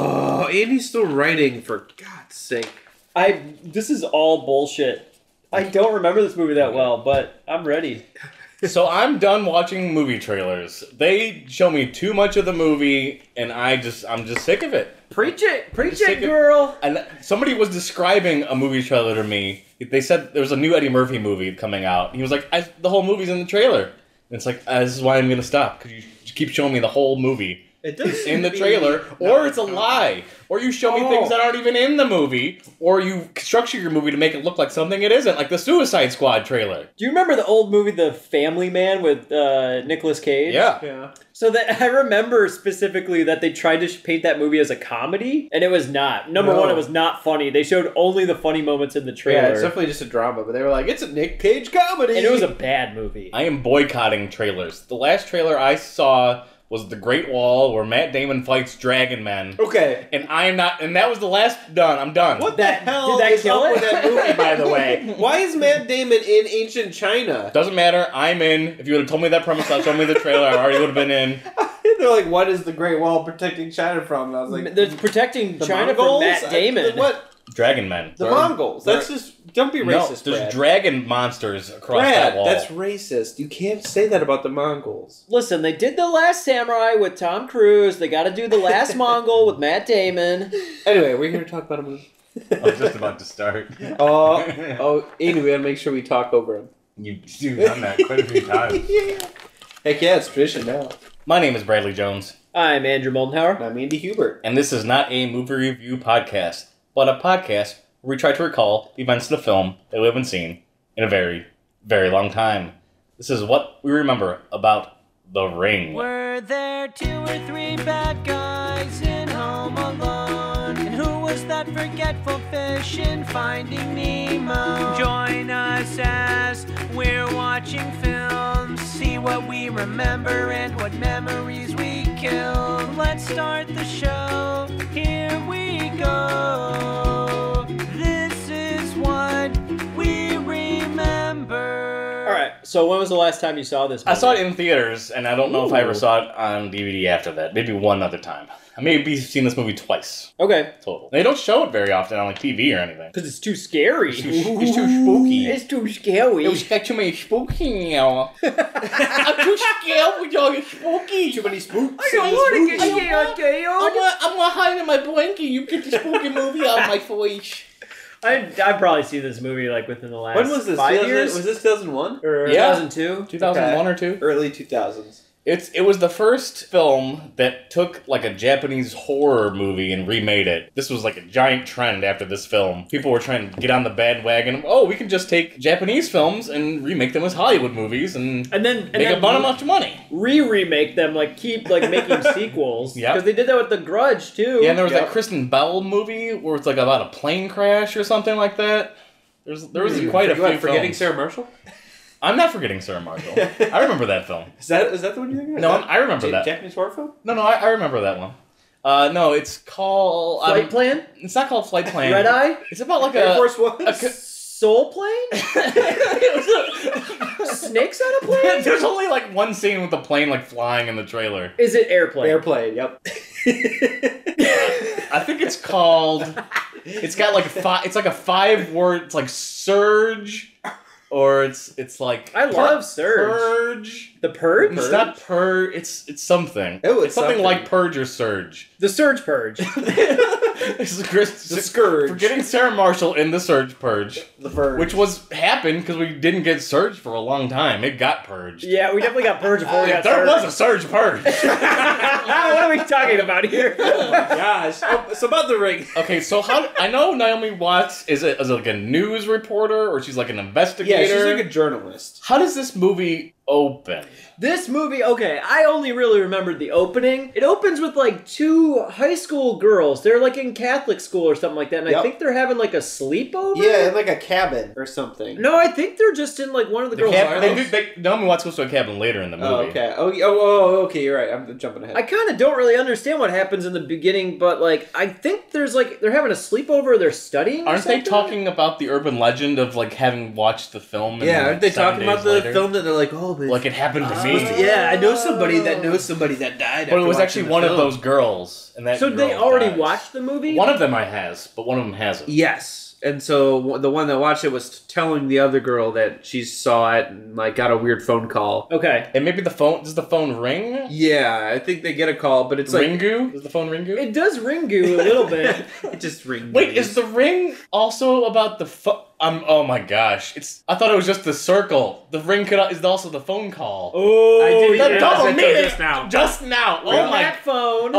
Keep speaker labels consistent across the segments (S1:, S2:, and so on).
S1: Andy's still writing for God's sake.
S2: I this is all bullshit. I don't remember this movie that well, but I'm ready.
S3: so I'm done watching movie trailers. They show me too much of the movie, and I just I'm just sick of it.
S2: Preach it, preach
S3: Just take
S2: it,
S3: it-
S2: girl.
S3: And somebody was describing a movie trailer to me. They said there was a new Eddie Murphy movie coming out. He was like, I, "The whole movie's in the trailer." And it's like uh, this is why I'm gonna stop because you keep showing me the whole movie
S4: It does
S3: in the
S4: seem to be-
S3: trailer,
S1: No,
S3: or it's a
S1: no. Oh.
S3: lie, or you show me things that aren't even in the movie, or you structure your movie to make it look like something it isn't, like the Suicide Squad trailer.
S2: Do you remember the old movie The Family Man with uh, Nicolas Cage?
S3: Yeah,
S4: Yeah.
S2: So that I remember specifically that they tried to sh- paint that movie as a comedy, and it was not. Number
S4: No.
S2: one, it was not funny. They showed only the funny moments in the
S4: Yeah,
S2: trailer,
S4: it's definitely just a drama, but they were like, it's a Nick Cage comedy.
S2: and it was a bad movie.
S3: I am boycotting trailers. The last trailer I saw was The Great Wall, where Matt Damon fights Dragon Man.
S4: okay.
S3: And I am not, and that was the last done. I'm done.
S4: What
S2: That-
S4: the hell
S2: did that
S4: is
S2: kill
S4: up
S2: it?
S4: with that movie, by the way? Why is Matt Damon in ancient China?
S3: Doesn't matter. I'm in. If you would have told me that premise, not shown me the trailer, I already would have been in.
S4: They're like, what is the Great Wall protecting China from? And I was like,
S2: That's protecting
S4: the
S2: China
S4: Mongols?
S2: from Matt
S4: I-
S2: Damon.
S4: the what?
S3: Dragon Man.
S4: The
S3: Or-
S4: Mongols. That's just don't be
S3: No,
S4: racist.
S3: there's
S4: Brad.
S3: dragon monsters across
S4: Brad,
S3: that wall.
S4: that's racist. You can't say that about the Mongols.
S2: Listen, they did the Last Samurai with Tom Cruise. They got to do the Last Mongol with Matt Damon.
S4: Anyway, we're here to talk about a movie.
S3: I was just about to start.
S4: Oh, oh, Andy, we gotta make sure we talk over him.
S3: you, you've done that quite a few times.
S4: Heck yeah, it's tradition now.
S3: My name is Bradley Jones,
S2: I'm Andrew Moldenhauer.
S4: And I'm Andy Hubert.
S3: and this is not a movie review podcast, but a podcast where we try to recall the events of the film that we haven't seen in a very, very long time. This is what we remember about The Ring.
S5: Were there two or three bad guys in Home Alone? And who was that forgetful fish in Finding Nemo? Join us as we're watching films. See what we remember and what memories we kill. Let's start the show. Here we go. This is what we remember.
S2: All right. So when was the last time you saw this?
S3: I
S2: movie?
S3: saw it in theaters, and I don't know if I ever
S2: Ooh.
S3: saw it on DVD after that. Maybe one other time. I maybe seen this movie twice
S2: Okay,
S3: total. They don't show it very often on like TV or anything.
S2: because it's too scary.
S3: It's too, it's too spooky.
S2: It's too scary.
S3: It was got too many spooky now. I'm too scared with all your spooky. Too many spooks. I don't want to get scared, I'm gonna, I'm gonna hide in my blanket. You get the spooky movie out of my voice.
S2: I I probably see this movie like within the last
S4: When was this?
S2: five
S4: 2000
S2: years.
S4: Was this 2001? Or
S3: Yeah.
S2: 2002.
S3: 2001 or two.
S4: early 2000s?
S3: It's it was the first film that took like a Japanese horror movie and remade it. This was like a giant trend after this film. People were trying to get on the bandwagon. Oh, we can just take Japanese films and remake them as Hollywood movies and,
S2: And then and
S3: make a
S2: then
S3: bunch of much money.
S2: re-remake them, like keep like making sequels.
S3: Yep.
S2: Because they did that with The Grudge too.
S3: Yeah, and there was
S4: Yep.
S3: that Kristen Bell movie where it's like about a plane crash or something like that. There's there was quite a
S4: You what,
S3: few.
S4: forgetting
S3: films.
S4: Sarah Marshall?
S3: I'm not forgetting Sarah Marshall. I remember that film.
S4: Is that is that the one you're thinking? of?
S3: No,
S4: Is
S3: I'm- I remember
S4: Ja-
S3: that.
S4: Japanese horror film.
S3: No, no, I, I remember that one. Uh, no, it's called
S2: Flight
S3: um,
S2: Plan,
S3: It's not called Flight Plan.
S2: Red Eye,
S3: It's about like
S4: Air
S3: a
S4: Force One.
S3: a c-
S2: Soul Plane, Snakes on a Plane.
S3: There's only like one scene with the plane like flying in the trailer.
S2: Is it airplane?
S4: Airplane. Yep.
S3: I think it's called. It's got like five. It's like a five word. It's like surge, or it's it's like
S2: I love Surge.
S3: purge.
S2: The Purge.
S3: It's not purge. It's it's something.
S4: Oh, it's
S3: something,
S4: something.
S3: like purge or surge.
S2: The Surge Purge.
S3: this is Chris.
S4: the scourge.
S3: Forgetting Sarah Marshall in the Surge Purge,
S4: the verge.
S3: which was happened because we didn't get Surge for a long time. It got purged.
S2: yeah, we definitely got Purge before we got
S3: If there
S2: Surge.
S3: was a Surge Purge.
S2: Ah, what are we talking about here?
S4: Gosh. Oh, it's about the ring.
S3: Okay, so how I know Naomi Watts is a, is like a news reporter or she's like an investigator.
S4: Yeah, she's like a journalist.
S3: how does this movie open?
S2: This movie, okay, I only really remembered the opening. It opens with like two high school girls. They're like in Catholic school or something like that, and I
S4: Yep.
S2: think they're having like a sleepover.
S4: Yeah, in like a cabin or something.
S2: No, I think they're just in like one of the, girls'
S3: Cab- they
S2: houses.
S3: do- they- Naomi Watts goes to a cabin later in the movie.
S4: Oh, okay. Oh, yeah, oh, oh, okay. You're right. I'm jumping ahead.
S2: I kind of don't really understand what happens in the beginning, but like I think there's like they're having a sleepover. They're studying. or
S3: Aren't they
S2: something?
S3: talking about the urban legend of like having watched the film? and
S4: yeah,
S3: then,
S4: aren't they
S3: seven
S4: talking
S3: days
S4: about the
S3: later?
S4: film that they're like, oh,
S1: this.
S3: Like it happened Ah. to me.
S2: Yeah, I know somebody that knows
S4: somebody that died.
S3: But it was actually one of those girls, and that.
S2: So they
S3: girl
S2: already
S3: dies.
S2: watched the movie.
S3: One of them I has, but one of them hasn't.
S1: Yes. And so w- the one that watched it was telling the other girl that she saw it and like got a weird phone call.
S2: okay.
S3: And maybe the phone does the phone ring?
S1: Yeah, I think they get a call, but it's like
S3: Ringu? Is the phone Ringu?
S2: It does Ringu a little bit.
S1: it just ring.
S3: Wait, is the ring also about the phone? Um, oh my gosh! It's I thought it was just the circle. The ring could is also the phone call.
S2: Oh,
S1: I did
S3: the
S1: yeah,
S3: double
S1: that's
S3: meaning
S1: just now.
S3: Just now. Oh
S2: on
S3: my. Oh.
S2: that phone.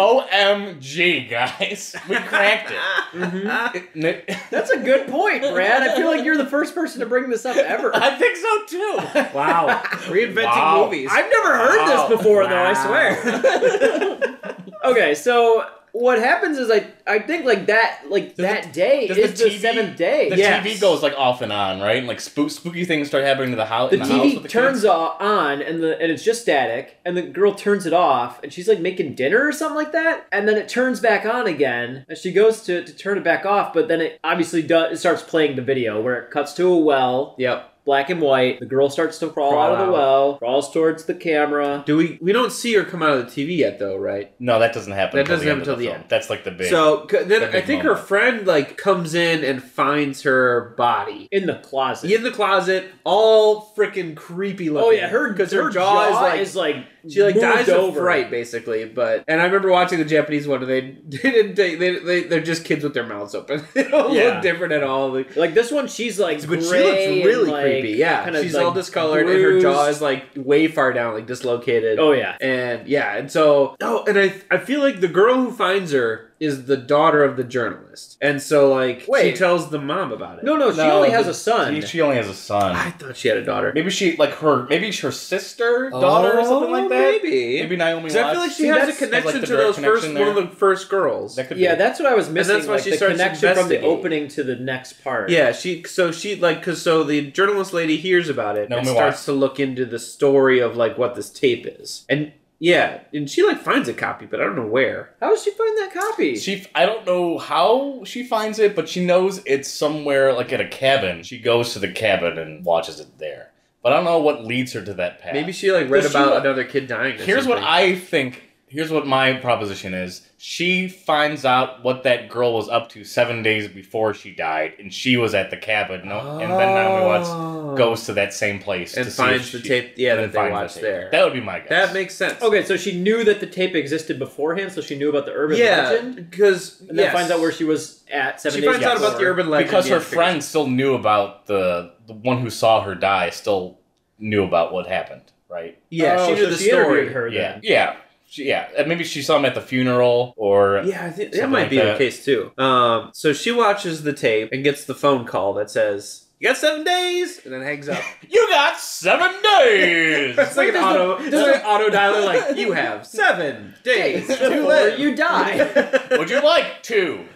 S3: Omg, guys, we cracked it.
S1: Mm-hmm.
S3: N-
S2: That's a good point, Brad. I feel like you're the first person to bring this up ever.
S3: I think so too.
S1: wow, reinventing
S3: Wow.
S1: movies.
S2: I've never heard
S3: Wow.
S2: this before, though. I
S1: Wow.
S2: swear. okay, so what happens is I I think like that like
S3: Does
S2: that day
S3: does
S2: is
S3: the
S2: the,
S3: TV
S2: seventh day.
S3: The
S2: Yes.
S3: TV goes like off and on, right? And like spook, spooky things start happening to the, hou-
S2: The
S3: in the house.
S2: TV
S3: with the
S2: turns
S3: kids.
S2: o- on and the and it's just static and the girl turns it off and she's like making dinner or something like that and then it turns back on again and she goes to, to turn it back off but then it obviously does it starts playing the video where it cuts to a well
S1: Yep.
S2: black and white the girl starts to crawl,
S1: Crawl
S2: out of the
S1: out.
S2: well crawls towards the camera
S1: Do we? We don't see her come out of the TV yet, though, right?
S3: No, that doesn't happen.
S1: That
S3: until
S1: doesn't
S3: the
S1: happen
S3: end of
S1: till the
S3: film.
S1: end.
S3: That's like the big.
S1: So c- then
S3: The
S1: I
S3: big
S1: think her
S3: moment.
S1: friend like comes in and finds her body
S2: in the closet
S1: in the closet, all freaking creepy looking.
S2: oh yeah her
S1: because her, jaw, is like. she like
S2: moved
S1: dies
S2: over
S1: of fright, basically. But and I remember watching the Japanese one, and they they didn't take they, they they're just kids with their mouths open. they don't
S2: Yeah.
S1: look different at all. Like,
S2: like this one she's like
S1: but she looks
S2: gray and,
S1: really
S2: like,
S1: creepy. Yeah,
S2: kinda,
S1: she's
S2: like,
S1: all discolored, and her jaw
S2: bruised.
S1: is like way far down, like dislocated.
S2: oh yeah
S1: And yeah, and so oh, and I I feel like the girl who finds her is the daughter of the journalist, and so like
S2: Wait.
S1: she tells the mom about it.
S2: no no she
S3: No,
S2: only has
S3: the-
S2: a son
S3: she, she only has a son.
S1: I thought she had a daughter,
S3: Maybe she like her maybe her sister, daughter, or something
S2: Oh,
S3: like that.
S1: Oh, Maybe,
S3: Maybe Naomi.
S1: Because I feel
S3: Watts
S1: like she
S2: See,
S1: has a
S2: that's-
S1: connection
S3: has, like, the
S1: to those
S3: direct
S1: first
S3: connection
S1: one
S3: there.
S1: of the first girls.
S3: That could
S2: Yeah,
S3: be.
S2: that's what I was
S1: that's
S2: missing.
S1: why
S2: like
S1: she
S2: the
S1: starts
S2: connection from the
S1: investigating.
S2: opening to the next part.
S1: Yeah, she so she like cause so the journalist lady hears about it and
S3: Naomi
S1: starts
S3: Watts.
S1: to look into the story of like what this tape is. And yeah, and she like finds a copy, but I don't know where.
S2: How does she find that copy?
S3: She, I don't know how she finds it, but she knows it's somewhere like at a cabin. She goes to the cabin and watches it there. But I don't know what leads her to that path.
S1: Maybe she like read
S3: Does she,
S1: about
S3: like-
S1: another kid dying. or
S3: Here's what
S1: something.
S3: I think. Here's what my proposition is. She finds out what that girl was up to seven days before she died, and she was at the cabin. No, and then uh, Naomi Watts
S1: Oh.
S3: goes to that same place
S1: and
S3: to see
S1: finds
S3: if
S1: the
S3: she-
S1: tape. Yeah,
S3: and then
S1: that they
S3: finds the
S1: watched
S3: tape.
S1: there.
S3: That would be my guess.
S1: That makes sense.
S2: okay, so she knew that the tape existed beforehand, so she knew about the urban
S1: Yeah,
S2: legend,
S1: because
S2: and then finds out where she was at seven
S1: she
S2: days.
S1: finds out
S2: before.
S1: about the urban legend
S3: because
S1: yeah,
S3: her
S1: figures.
S3: friend still knew about the the one who saw her die still knew about what happened, right?
S1: Yeah,
S2: Oh,
S1: she knew
S2: so
S1: the
S2: she
S1: story.
S2: interviewed her.
S3: Yeah,
S2: Then.
S3: yeah, she, yeah. And maybe she saw him at the funeral, or
S1: Yeah, I think that
S3: Something
S1: might
S3: like
S1: be
S3: that.
S1: the case too. Um, so she watches the tape and gets the phone call that says, "You got seven days," and then hangs up.
S3: you got seven days.
S1: It's like an
S2: there's no-
S1: auto, it's like an auto dialer. Like you have seven days to
S2: Before
S1: live.
S2: you die.
S3: Would you like two?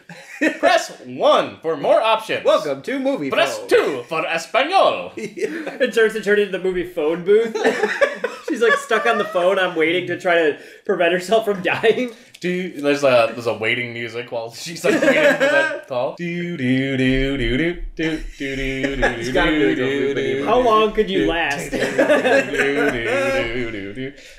S3: Press one for more options.
S1: Welcome to movie.
S3: Press
S1: Phone.
S3: two for Espanol.
S2: it starts to turn into the movie phone booth. She's like stuck on the phone. I'm waiting to try to prevent herself from dying.
S3: Do you, there's a there's a waiting music while she's like waiting for that call. Do do do do do do do do do.
S1: It's gotta be like a loop in your
S2: How long could you last?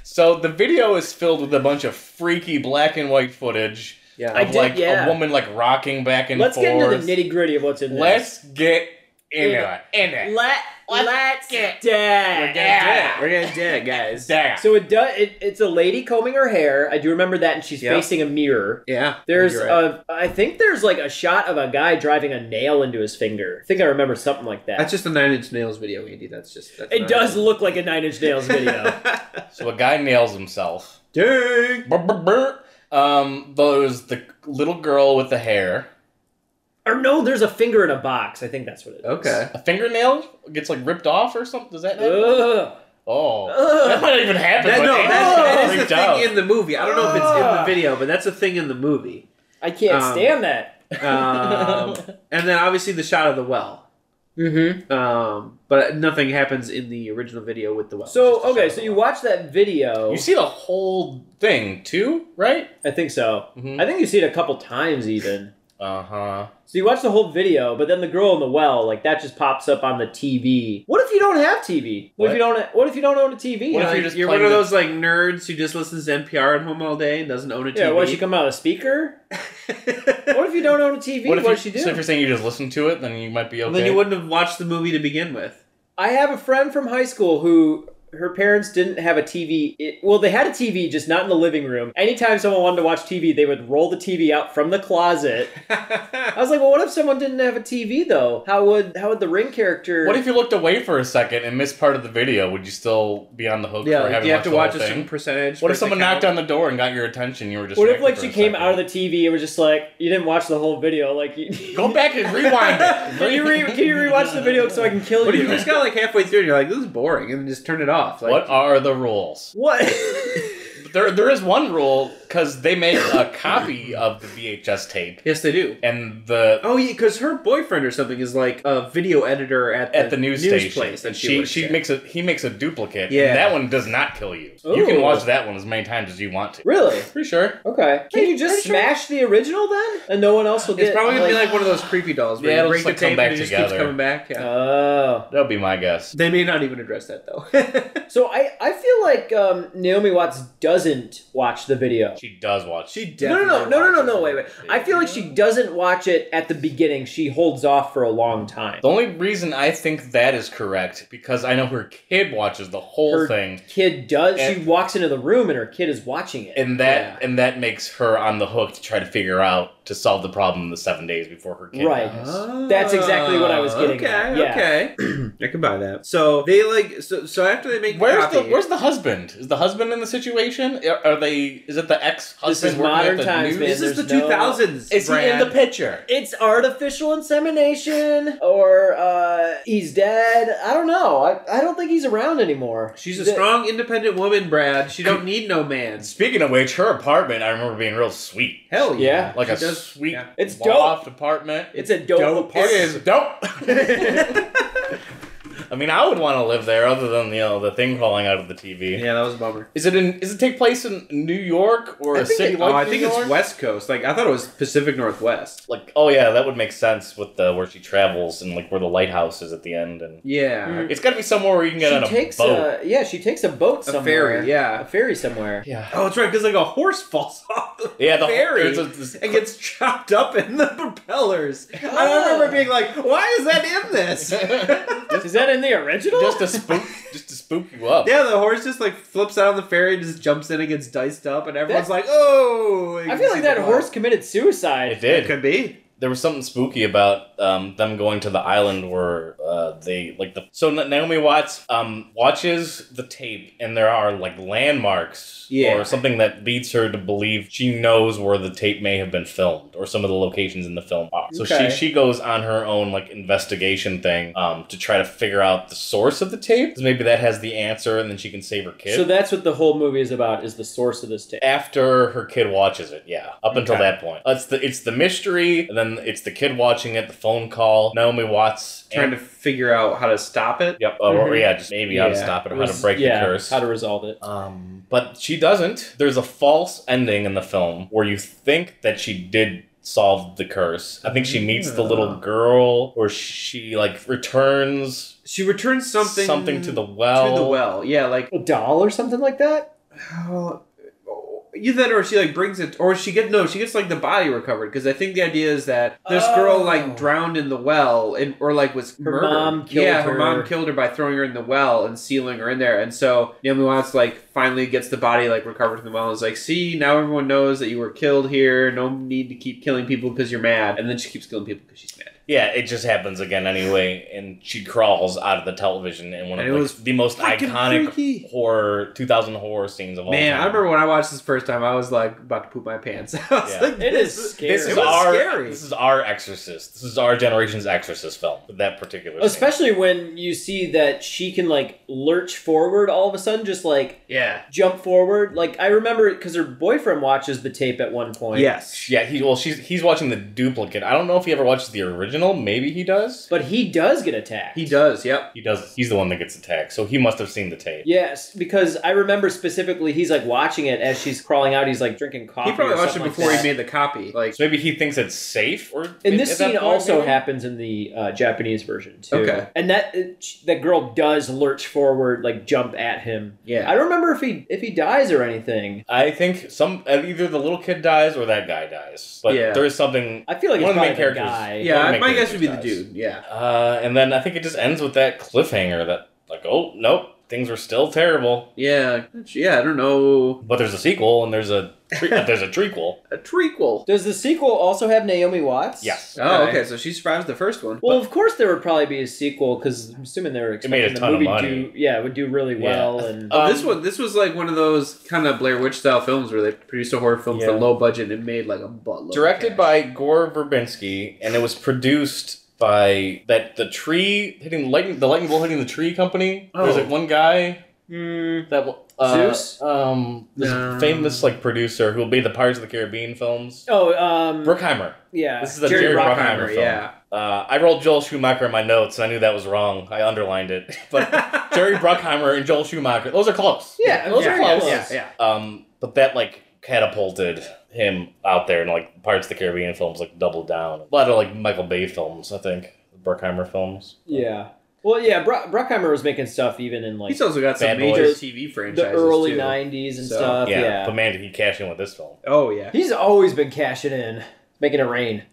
S3: so the video is filled with a bunch of freaky black and white footage
S1: Yeah.
S2: I
S3: of
S2: did-
S3: like
S2: yeah.
S3: a woman like rocking back and
S2: Let's
S3: forth.
S2: get into the nitty gritty of what's in there.
S3: Let's get into
S2: Yeah.
S3: it. In it.
S2: let
S3: Let's
S2: let's
S3: get-
S2: dad.
S3: Yeah.
S1: We're gonna dead, guys.
S3: Damn.
S2: So it does. It, it's a lady combing her hair. I do remember that, and she's
S1: Yep.
S2: facing a mirror.
S1: Yeah.
S2: There's
S1: you're right.
S2: a. I think there's like a shot of a guy driving a nail into his finger. I think I remember something like that.
S1: That's just a Nine Inch Nails video, Andy. That's just. That's
S2: it
S1: not-
S2: does look like a Nine Inch Nails video.
S3: So a guy nails himself.
S1: Dang.
S3: Brr, brr, brr. Um, there's the little girl with the hair.
S2: or no, there's a finger in a box. I think that's what it is.
S1: Okay.
S3: A fingernail gets like ripped off or something. Does that happen?
S2: Ugh.
S3: oh,
S2: Ugh.
S3: that might not even happen.
S1: That,
S3: but
S1: no,
S3: Andy
S1: that's, that is the
S3: freaked
S1: thing
S3: out.
S1: in the movie. I don't know if it's in the
S2: Ah.
S1: video, but that's a thing in the movie.
S2: I can't
S1: Um,
S2: stand that.
S1: Um, and then obviously the shot of the well.
S2: Mm-hmm.
S1: Um, but nothing happens in the original video with the well.
S2: So
S1: It's just a
S2: okay,
S1: shot
S2: so
S1: of
S2: you
S1: the well.
S2: watch that video.
S3: You see the whole thing too, right?
S2: I think so.
S3: Mhm.
S2: I think you see it a couple times even.
S3: Uh huh.
S2: So you watch the whole video, but then the girl in the well, like that just pops up on the TV. What if you don't have TV? What, if
S3: What?
S2: you don't? What if you don't own a TV?
S3: What if
S1: Like,
S3: you're
S1: you're
S3: just
S1: one
S3: playing
S1: of
S3: the-
S1: those like nerds who just listens to NPR at home all day and doesn't own a TV.
S2: yeah, what if she come out a speaker? what if you don't own a TV? What,
S3: if
S2: does she
S3: you,
S2: do?
S3: So if you're saying you just listen to it, then you might be okay.
S1: Well, Then you wouldn't have watched the movie to begin with.
S2: I have a friend from high school who her parents didn't have a TV. It, well, they had a TV, just not in the living room. Anytime someone wanted to watch TV, they would roll the TV out from the closet.
S3: Oh,
S2: I was like, well, what if someone didn't have a TV though? How would how would the ring character?
S3: What if you looked away for a second and missed part of the video? Would you still be on the hook
S1: Yeah,
S3: for
S1: like,
S3: having
S1: you have
S3: watched
S1: to
S3: the
S1: watch a
S3: whole
S1: certain
S3: thing?
S1: percentage.
S3: What if someone knocked on the door and got your attention? You were just.
S2: What if like she came out of the TV and was just like, you didn't watch the whole video, like you,
S3: Go back and rewind it.
S2: Can you re- can you rewatch the video so I can kill
S1: What if
S2: you?
S1: you just got like halfway through and you're like, "This is boring," and then just turn it off? Like,
S3: what are the rules?
S2: what?
S3: But There, there is one rule because they make a copy of the VHS tape,
S1: Yes, they do.
S3: and the
S1: Oh yeah, because her boyfriend or something is like a video editor at the,
S3: at the news, station.
S1: place that she
S3: she
S1: works
S3: she
S1: at.
S3: makes a he makes a duplicate.
S1: Yeah.
S3: and that one does not kill you. You can
S2: Ooh.
S3: watch that one as many times as you want to.
S2: really?
S3: Pretty sure.
S2: Okay. Can you just smash the original then, and no one else will get?
S1: It's probably gonna be like one of those creepy dolls where
S3: Yeah,
S1: you
S3: it'll
S1: break
S3: just,
S1: the
S3: like, come
S1: tape
S3: back
S1: and it just keeps
S3: together.
S1: coming back. Yeah.
S2: Oh.
S3: That'll be my guess.
S1: they may not even address that though.
S2: So I I feel like um, Naomi Watts doesn't watch the video.
S3: She does watch.
S1: she
S2: No, no,
S1: definitely.
S2: no, no, no, no, no, wait, wait.
S1: watches it.
S2: I feel like she doesn't watch it at the beginning. She holds off for a long time.
S3: The only reason I think that is correct because I know her kid watches the whole
S2: Her
S3: thing,
S2: kid does. She
S3: And-
S2: walks into the room and her kid is watching it.
S3: and that and that makes her on the hook to try to figure out to solve the problem in the seven days before her kid.
S2: Right.
S3: dies.
S2: That's exactly what I was getting
S1: Okay,
S2: at, yeah.
S1: okay. I can buy that. So they like so, so after they make the
S3: Where's the
S1: copy-
S3: Where's the husband? Is the husband in the situation? Are, are they? Is it the ex
S2: This is
S3: husband?
S2: modern times, man.
S1: this is the
S2: There's no-
S1: two thousands.
S3: Is he in the picture?
S2: it's artificial insemination or uh, he's dead. I don't know. I, I don't think he's around anymore.
S1: She's a
S2: The-
S1: strong, independent woman, Brad. She don't need no man.
S3: Speaking of which, her apartment I remember being real sweet,
S1: Hell yeah,
S2: Yeah,
S3: like
S1: She
S3: a
S1: does-
S3: sweet
S1: yeah.
S2: It's
S3: loft apartment.
S2: It's a dope,
S3: It
S2: apartment.
S3: is dope. I mean, I would want to live there, other than you know the thing falling out of the TV.
S1: Yeah, that was a bummer.
S3: Is it in? Is it take place in New York or
S1: I
S3: a
S1: think,
S3: city
S1: it-
S3: like
S1: oh, I
S3: New
S1: think
S3: York?
S1: it's West Coast. Like I thought it was Pacific Northwest.
S3: Like, oh yeah, that would make sense with the where she travels and like where the lighthouse is at the end, and
S1: Yeah,
S2: Mm.
S3: it's got to be somewhere where you can get on
S2: She
S3: a
S2: takes
S3: boat.
S2: a yeah. She takes a boat
S1: a
S2: somewhere.
S1: ferry.
S2: A
S1: Yeah.
S2: ferry somewhere.
S3: yeah,
S1: Oh, that's right. Because like a horse falls off the
S3: yeah, the
S1: ferry
S3: there's a- this-
S1: and gets chopped up in the propellers. I
S2: Oh.
S1: remember being like, "Why is that in this?"
S2: Is that in the original?
S3: just to spook, just to spook you up.
S1: Yeah, the horse just like flips out on the ferry and just jumps in and gets diced up, and everyone's
S2: That-
S1: like, "Oh!"
S2: I feel like that horse committed
S3: It
S2: suicide.
S3: did.
S1: could be.
S3: there was something spooky about um, them going to the island where uh, they like the so Na- Naomi Watts um, watches the tape and there are like landmarks
S1: Yeah.
S3: or something that leads her to believe she knows where the tape may have been filmed or some of the locations in the film are. So
S2: Okay.
S3: she she goes on her own like investigation thing um, to try to figure out the source of the tape. 'Cause Maybe that has the answer and then she can save her kid.
S2: So that's what the whole movie is about. Is the source of this tape.
S3: after her kid watches it yeah up until
S1: Okay.
S3: that point it's the it's the mystery and then it's the kid watching it the phone call naomi watts
S1: Trying
S3: and-
S1: to figure out how to stop it.
S3: yep or, or
S2: Mhm.
S3: yeah just maybe how to
S1: Yeah.
S3: stop it or how
S2: Was-
S3: to break
S2: yeah,
S3: the curse
S2: How to resolve it.
S3: um but she doesn't there's a false ending in the film where you think that she did solve the curse i think she meets the little
S1: Yeah.
S3: girl or she like returns
S1: She returns something,
S3: something to the
S1: to
S3: well
S1: the well. Yeah, like
S2: A doll or something like that.
S1: oh, either or she like brings it, or she get no, she gets like the body recovered because I think the idea is that this girl
S2: Oh.
S1: like drowned in the well and or like was
S2: Her
S1: murdered.
S2: mom killed
S1: yeah, her
S2: her.
S1: mom killed her by throwing her in the well and sealing her in there, and so Naomi Watts like finally gets the body like recovered from the well and is like, see, now everyone knows that you were killed here. No need to keep killing people because you're mad, and then she keeps killing people because she's mad.
S3: yeah it just happens again anyway and she crawls out of the television in one of
S1: And it
S3: like,
S1: was
S3: the most
S1: Freaking
S3: iconic
S1: freaky.
S3: horror 2000 horror scenes of all
S1: Man,
S3: time.
S1: I remember when I watched this first time, I was like about to poop my pants. I was
S3: Yeah.
S1: like,
S2: It
S1: this-
S2: is scary.
S3: this
S1: It
S3: is
S1: was
S3: our
S1: scary.
S3: this is our Exorcist. This is our generation's Exorcist film. That particular, scene.
S2: Especially when you see that she can like lurch forward all of a sudden, just like
S1: Yeah, Yeah.
S2: jump forward. Like I remember because her boyfriend watches the tape at one point.
S1: Yes.
S3: Yeah, he well, she's he's watching the duplicate. I don't know if he ever watches the original. Maybe he does.
S2: but he does get attacked.
S1: He does. Yep.
S3: He does. He's the one that gets attacked, so he must have seen the tape.
S2: Yes, because I remember specifically he's like watching it as she's crawling out. He's like drinking coffee.
S1: He probably
S2: or
S1: watched it
S2: something
S1: before
S2: like
S1: he
S2: that.
S1: made the copy. Like
S3: So maybe he thinks it's safe. Or
S2: And this
S3: at that
S2: scene
S3: point,
S2: also
S3: maybe?
S2: happens in the uh, Japanese version too.
S1: Okay.
S2: And that uh, that girl does lurch forward, like jump at him.
S1: Yeah.
S2: I don't remember if he if he dies or anything.
S3: I think some uh, either the little kid dies or that guy dies. But
S1: Yeah.
S3: there is something.
S2: I feel like
S3: One
S2: it's
S3: of the
S2: probably
S3: main
S2: the
S3: characters.
S2: guy.
S3: That'd
S1: yeah,
S3: make
S1: my
S3: it
S1: guess would be the
S3: does.
S1: dude. Yeah.
S3: Uh, and then I think it just ends with that cliffhanger that like, oh nope, things are still terrible.
S1: Yeah. Yeah. I don't know.
S3: But there's a sequel and there's a tre- there's a trequel.
S1: A trequel.
S2: Does the sequel also have Naomi Watts?
S3: Yes.
S1: Oh, okay. So she survives the first one.
S2: Well, of course there would probably be a sequel because I'm assuming they were
S3: It made
S2: expecting
S3: a ton of
S2: the movie
S3: money.
S2: do yeah it would do really
S3: Yeah.
S2: well and
S1: Oh,
S3: Um,
S1: this one, this was like one of those kind of Blair Witch style films where they produced a horror film
S2: Yeah.
S1: for low budget and made like a buttload. of
S3: directed
S1: cash.
S3: by Gore Verbinski, and it was produced by that the tree hitting lightning, the lightning bolt hitting the tree company. There's
S1: Oh.
S3: like one guy
S2: Mm,
S3: that uh,
S2: Zeus?
S3: um, this
S1: No.
S3: famous like producer who will be the Pirates of the Caribbean films.
S2: oh um
S3: Bruckheimer.
S2: yeah
S3: This is the
S1: Jerry
S3: Jerry,
S1: Bruckheimer,
S3: Bruckheimer, film.
S1: yeah.
S3: Uh, I rolled Joel Schumacher in my notes, and I knew that was wrong. I underlined it, but Jerry Bruckheimer and Joel Schumacher, those are close.
S2: Yeah,
S3: those
S1: yeah,
S3: are close.
S1: Yeah, yeah.
S3: Um, but that like catapulted him out there, and like parts of the Caribbean films like doubled down. A lot of like Michael Bay films, I think, Bruckheimer films.
S2: yeah well yeah Bru- Bruckheimer was making stuff even in like
S1: He's also got some
S3: Bad
S1: major
S3: Boys.
S1: TV
S2: the
S1: franchises
S2: early
S1: too.
S2: 90s and
S1: So,
S2: stuff
S3: yeah,
S2: yeah,
S3: but man, did he cash in with this film?
S1: Oh yeah.
S2: he's always been cashing in making it rain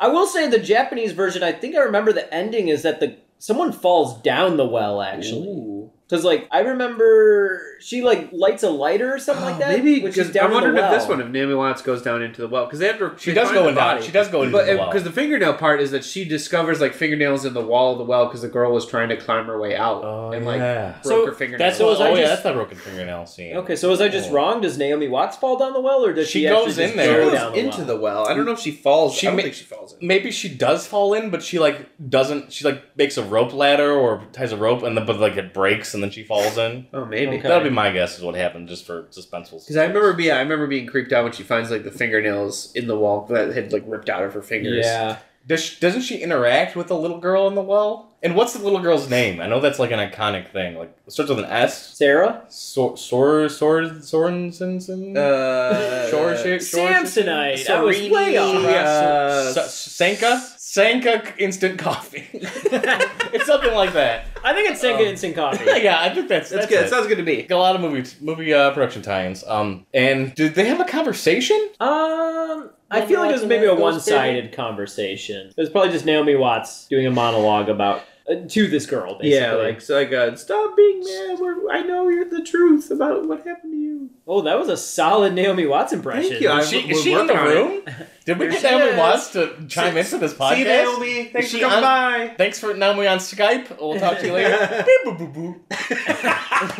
S2: I will say the Japanese version I think I remember the ending is that the someone falls down the well actually
S1: Ooh.
S2: Because like I remember, she like lights a lighter or something like
S1: Oh,
S2: that.
S1: maybe
S2: when she's
S1: because
S2: down
S1: I
S2: in the
S1: wondered if
S2: well.
S1: this one, if Naomi Watts goes down into the well, because they have to.
S3: She
S1: they
S3: does
S1: find
S3: go
S1: the
S3: in down.
S1: body.
S3: She does go into the well.
S1: because the fingernail part is that she discovers like fingernails in the wall of the well because the girl was trying to climb her way out
S3: Oh,
S1: and like
S3: yeah.
S1: broke
S2: So,
S1: her fingernail.
S3: That's
S2: So
S3: oh
S2: was I
S3: yeah,
S2: just-
S3: that's that broken fingernail scene.
S2: Okay, so was I just
S3: Oh.
S2: wrong? Does Naomi Watts fall down the well, or does she,
S3: She
S2: actually
S3: goes
S2: just
S3: in
S1: she
S3: there.
S2: go
S1: goes
S2: down the
S1: into
S2: well?
S1: the well. I don't know if she falls.
S3: She
S1: I don't
S3: ma-
S1: think she falls in.
S3: Maybe she does fall in, but she like doesn't. She like makes a rope ladder or ties a rope, and then but like it breaks, and then she falls in.
S1: Oh, maybe.
S2: Okay.
S3: That'll be my guess is what happened, just for suspenseful.
S1: Because I remember being, I remember being creeped out when she finds like the fingernails in the wall that had like ripped out of her fingers.
S2: Yeah,
S3: Does she, doesn't she interact with the little girl in the well? And what's the little girl's name? I know that's like an iconic thing. Like it starts with an S.
S2: Sarah
S3: Sor Sor Sor Sorensen.
S1: Uh,
S3: Shore shit.
S2: Samsonite. I was way off.
S1: uh,
S3: Sanka Sanka instant coffee. it's something like that.
S2: I think it's Senka
S3: Um,
S2: Instant Coffee.
S3: yeah, I think that's
S1: That's
S3: that's,
S1: good.
S3: It.
S1: Sounds good to me.
S3: Like a lot of movie movie uh, production tie-ins. Um, and did they have a conversation?
S2: um, I feel like it was maybe a one-sided conversation. It was probably just Naomi Watts doing a monologue about uh, to this girl. Basically.
S1: Yeah, like so like uh, stop being mad. We're, I know you're the truth about what happened to you.
S2: oh, that was a solid Naomi Watts impression.
S1: Thank you. I-
S3: Is she, is
S1: we're
S3: she in
S1: working
S3: the
S1: on
S3: room? Did we
S1: There
S3: get
S1: she
S3: Naomi
S1: is.
S3: Watts to chime
S1: See-
S3: into this podcast?
S1: See you, Naomi. Thanks
S3: Is
S1: for
S3: she
S1: coming
S3: on-
S1: by.
S3: Thanks for now we're on Skype. We'll talk to you later. Beep, boop, boop,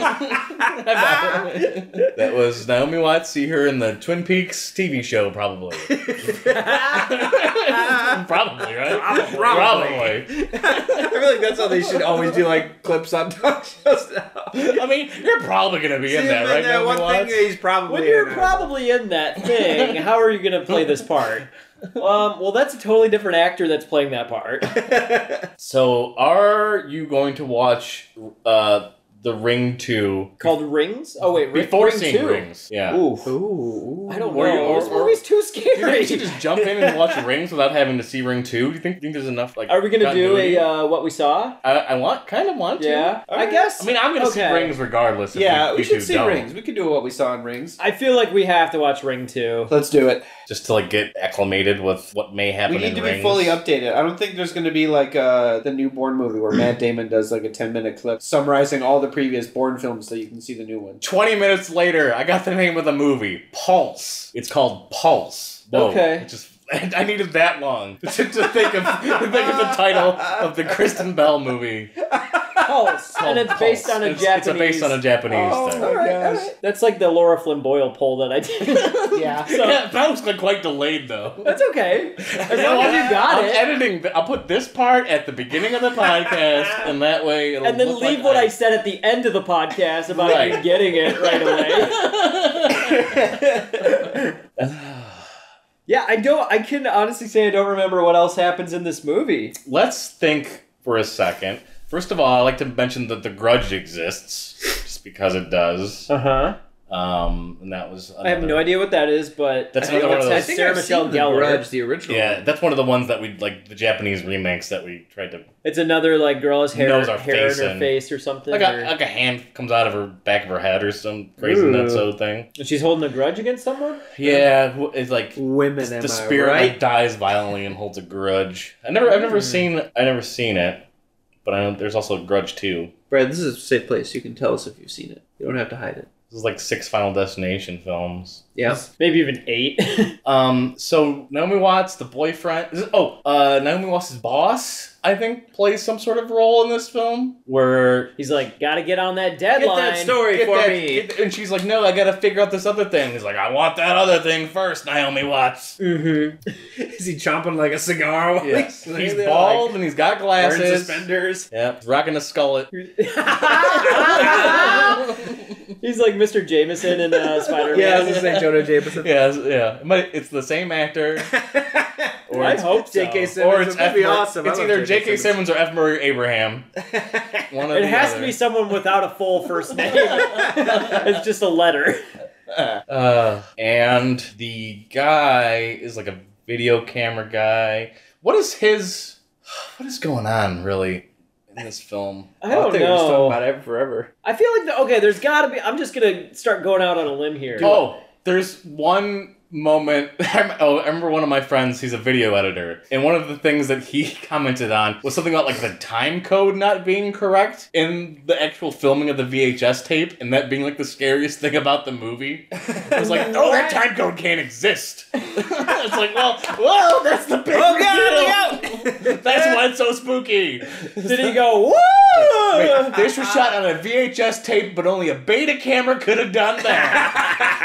S1: Ah!
S3: boop. that was Naomi Watts. See her in the Twin Peaks TV show, probably. probably, right?
S1: Probably. I feel like that's how they should always do like clips on talk shows now.
S3: I mean, you're probably gonna be in
S1: See,
S3: that,
S1: and
S3: right?
S1: that
S3: Naomi
S1: one
S3: Watts?
S1: thing he's probably
S2: When you're
S1: in, uh,
S2: probably in that thing, how are you going to play this part? Um, well, that's a totally different actor that's playing that part.
S3: So, are you going to watch uh, the Ring Two
S2: Called Rings? Oh, wait, Ring,
S3: before
S2: Ring
S3: seeing
S2: 2.
S3: Rings? Yeah.
S2: Ooh.
S1: Ooh.
S2: I don't
S3: Or you-
S2: know.
S3: or-
S2: this
S3: or-
S2: movie's too
S3: Do you
S2: scary.
S3: think we should just jump in and watch Rings without having to see Ring Two? Do you think, do you think there's enough? Like,
S2: Are we going to do
S3: continuity?
S2: a uh, what we saw?
S3: I, I want, kind of want to.
S2: Yeah. I
S1: right.
S2: guess.
S3: I mean, I'm gonna
S2: Okay.
S3: see Rings regardless. If
S1: Yeah,
S3: we,
S1: we,
S3: if you
S1: should see
S3: don't.
S1: rings. We could do what we saw in rings.
S2: I feel like we have to watch Ring 2.
S4: Let's do it.
S3: just to like get acclimated with what may happen.
S4: We need
S3: in
S4: to
S3: Rings.
S4: be fully updated. I don't think there's going to be like uh, the new Bourne movie where Matt Damon does like a 10 minute clip summarizing all the previous Bourne films so you can see the new one.
S3: Twenty minutes later, I got the name of the movie. Pulse. It's called Pulse. Whoa.
S2: Okay.
S3: It just I needed that long to, to think of to think of the title of the Kristen Bell movie. Oh,
S2: Pulse, and it's based on a Oh.
S3: It's-
S2: Japanese.
S3: It's a based on a Japanese thing.
S4: my gosh.
S2: That's like the Laura Flynn Boyle poll that I did.
S4: Yeah.
S2: So-
S3: yeah, that was like quite delayed though.
S2: That's okay. As long as you got
S3: I'm
S2: it.
S3: editing. th- I'll put this part at the beginning of the podcast, and that way it'll
S2: and then
S3: look
S2: leave
S3: like
S2: what I said at the end of the podcast about you
S3: Right.
S2: getting it right away. yeah, I don't. I can honestly say I don't remember what else happens in this movie.
S3: Let's think for a second. First of all, I like to mention that the Grudge exists, just because it does.
S2: Uh huh.
S3: Um, and that was.
S2: I have
S3: another-
S2: no idea what that is, but
S3: That's
S2: I think
S3: another one of
S2: that's
S3: those-
S2: Sarah Michelle Gellar.
S1: the original.
S3: Yeah, that's one of the ones that we like the Japanese remakes that we tried to
S2: It's another like girl has hair,
S3: Knows our
S2: hair
S3: face
S2: in her
S3: and-
S2: face or something.
S3: like
S2: or-
S3: a, like a hand comes out of her back of her head or some crazy
S2: Ooh.
S3: nutso thing.
S2: and she's holding a grudge against someone.
S3: Yeah, who- it's like
S1: Women, am
S3: the
S1: I
S3: spirit
S1: right?
S3: like, dies violently and holds a grudge. I never, I've never seen, I never seen it, but I know there's also a grudge too.
S1: Brad, this is a safe place. You can tell us if you've seen it. You don't have to hide it.
S3: This is like six Final Destination films.
S1: Yeah.
S2: Maybe even eight.
S3: Um, so Naomi Watts, the boyfriend, is it- oh, uh, Naomi Watts' boss, I think, plays some sort of role in this film where.
S2: He's like, gotta get on that deadline.
S1: story
S3: Get that- get- and she's like, "No, I gotta figure out this other thing." He's like, "I want that other thing first, Naomi Watts."
S2: Mm-hmm.
S1: Is he chomping like a cigar? while
S3: Yes.
S1: laying
S3: he's
S1: there,
S3: bald and he's got
S1: like, wearing
S3: glasses.
S1: suspenders.
S3: Yeah, he's rocking a skullet.
S2: Mm-hmm. He's like Mr. Jameson in uh, Spider Man.
S1: Yeah, I was gonna say Jonah Jameson.
S3: Yeah, it's- yeah. It might- It's the same actor. Or
S2: I
S3: it's,
S2: hope so.
S1: J.K. Simmons
S3: or it's
S1: would
S3: F.
S1: be
S3: Murray-
S1: awesome. I
S3: It's
S1: love
S3: either J.K.
S1: Simmons.
S3: Simmons or F. Murray Abraham. One or
S2: It
S3: the
S2: has
S3: other.
S2: to be someone without a full first name. it's just a letter.
S3: Uh, and the guy is like a video camera guy. What is his? What is going on really in this film?
S2: I
S1: Oh,
S2: don't
S1: dude, we're just talking
S2: know.
S1: about it forever.
S2: I feel like the, okay. There's gotta be. I'm just gonna start going out on a limb here.
S3: Oh, there's one moment. I'm, oh, I remember one of my friends. He's a video editor, and one of the things that he commented on was something about like the time code not being correct in the actual filming of the VHS tape, and that being like the scariest thing about the movie. I was like, oh, that time code can't exist. it's like, well, well, that's the big
S2: Oh,
S3: reveal. That's why it's so spooky.
S2: Did he go? Woo!
S3: Wait, this was shot on a VHS tape, but only a beta camera could have done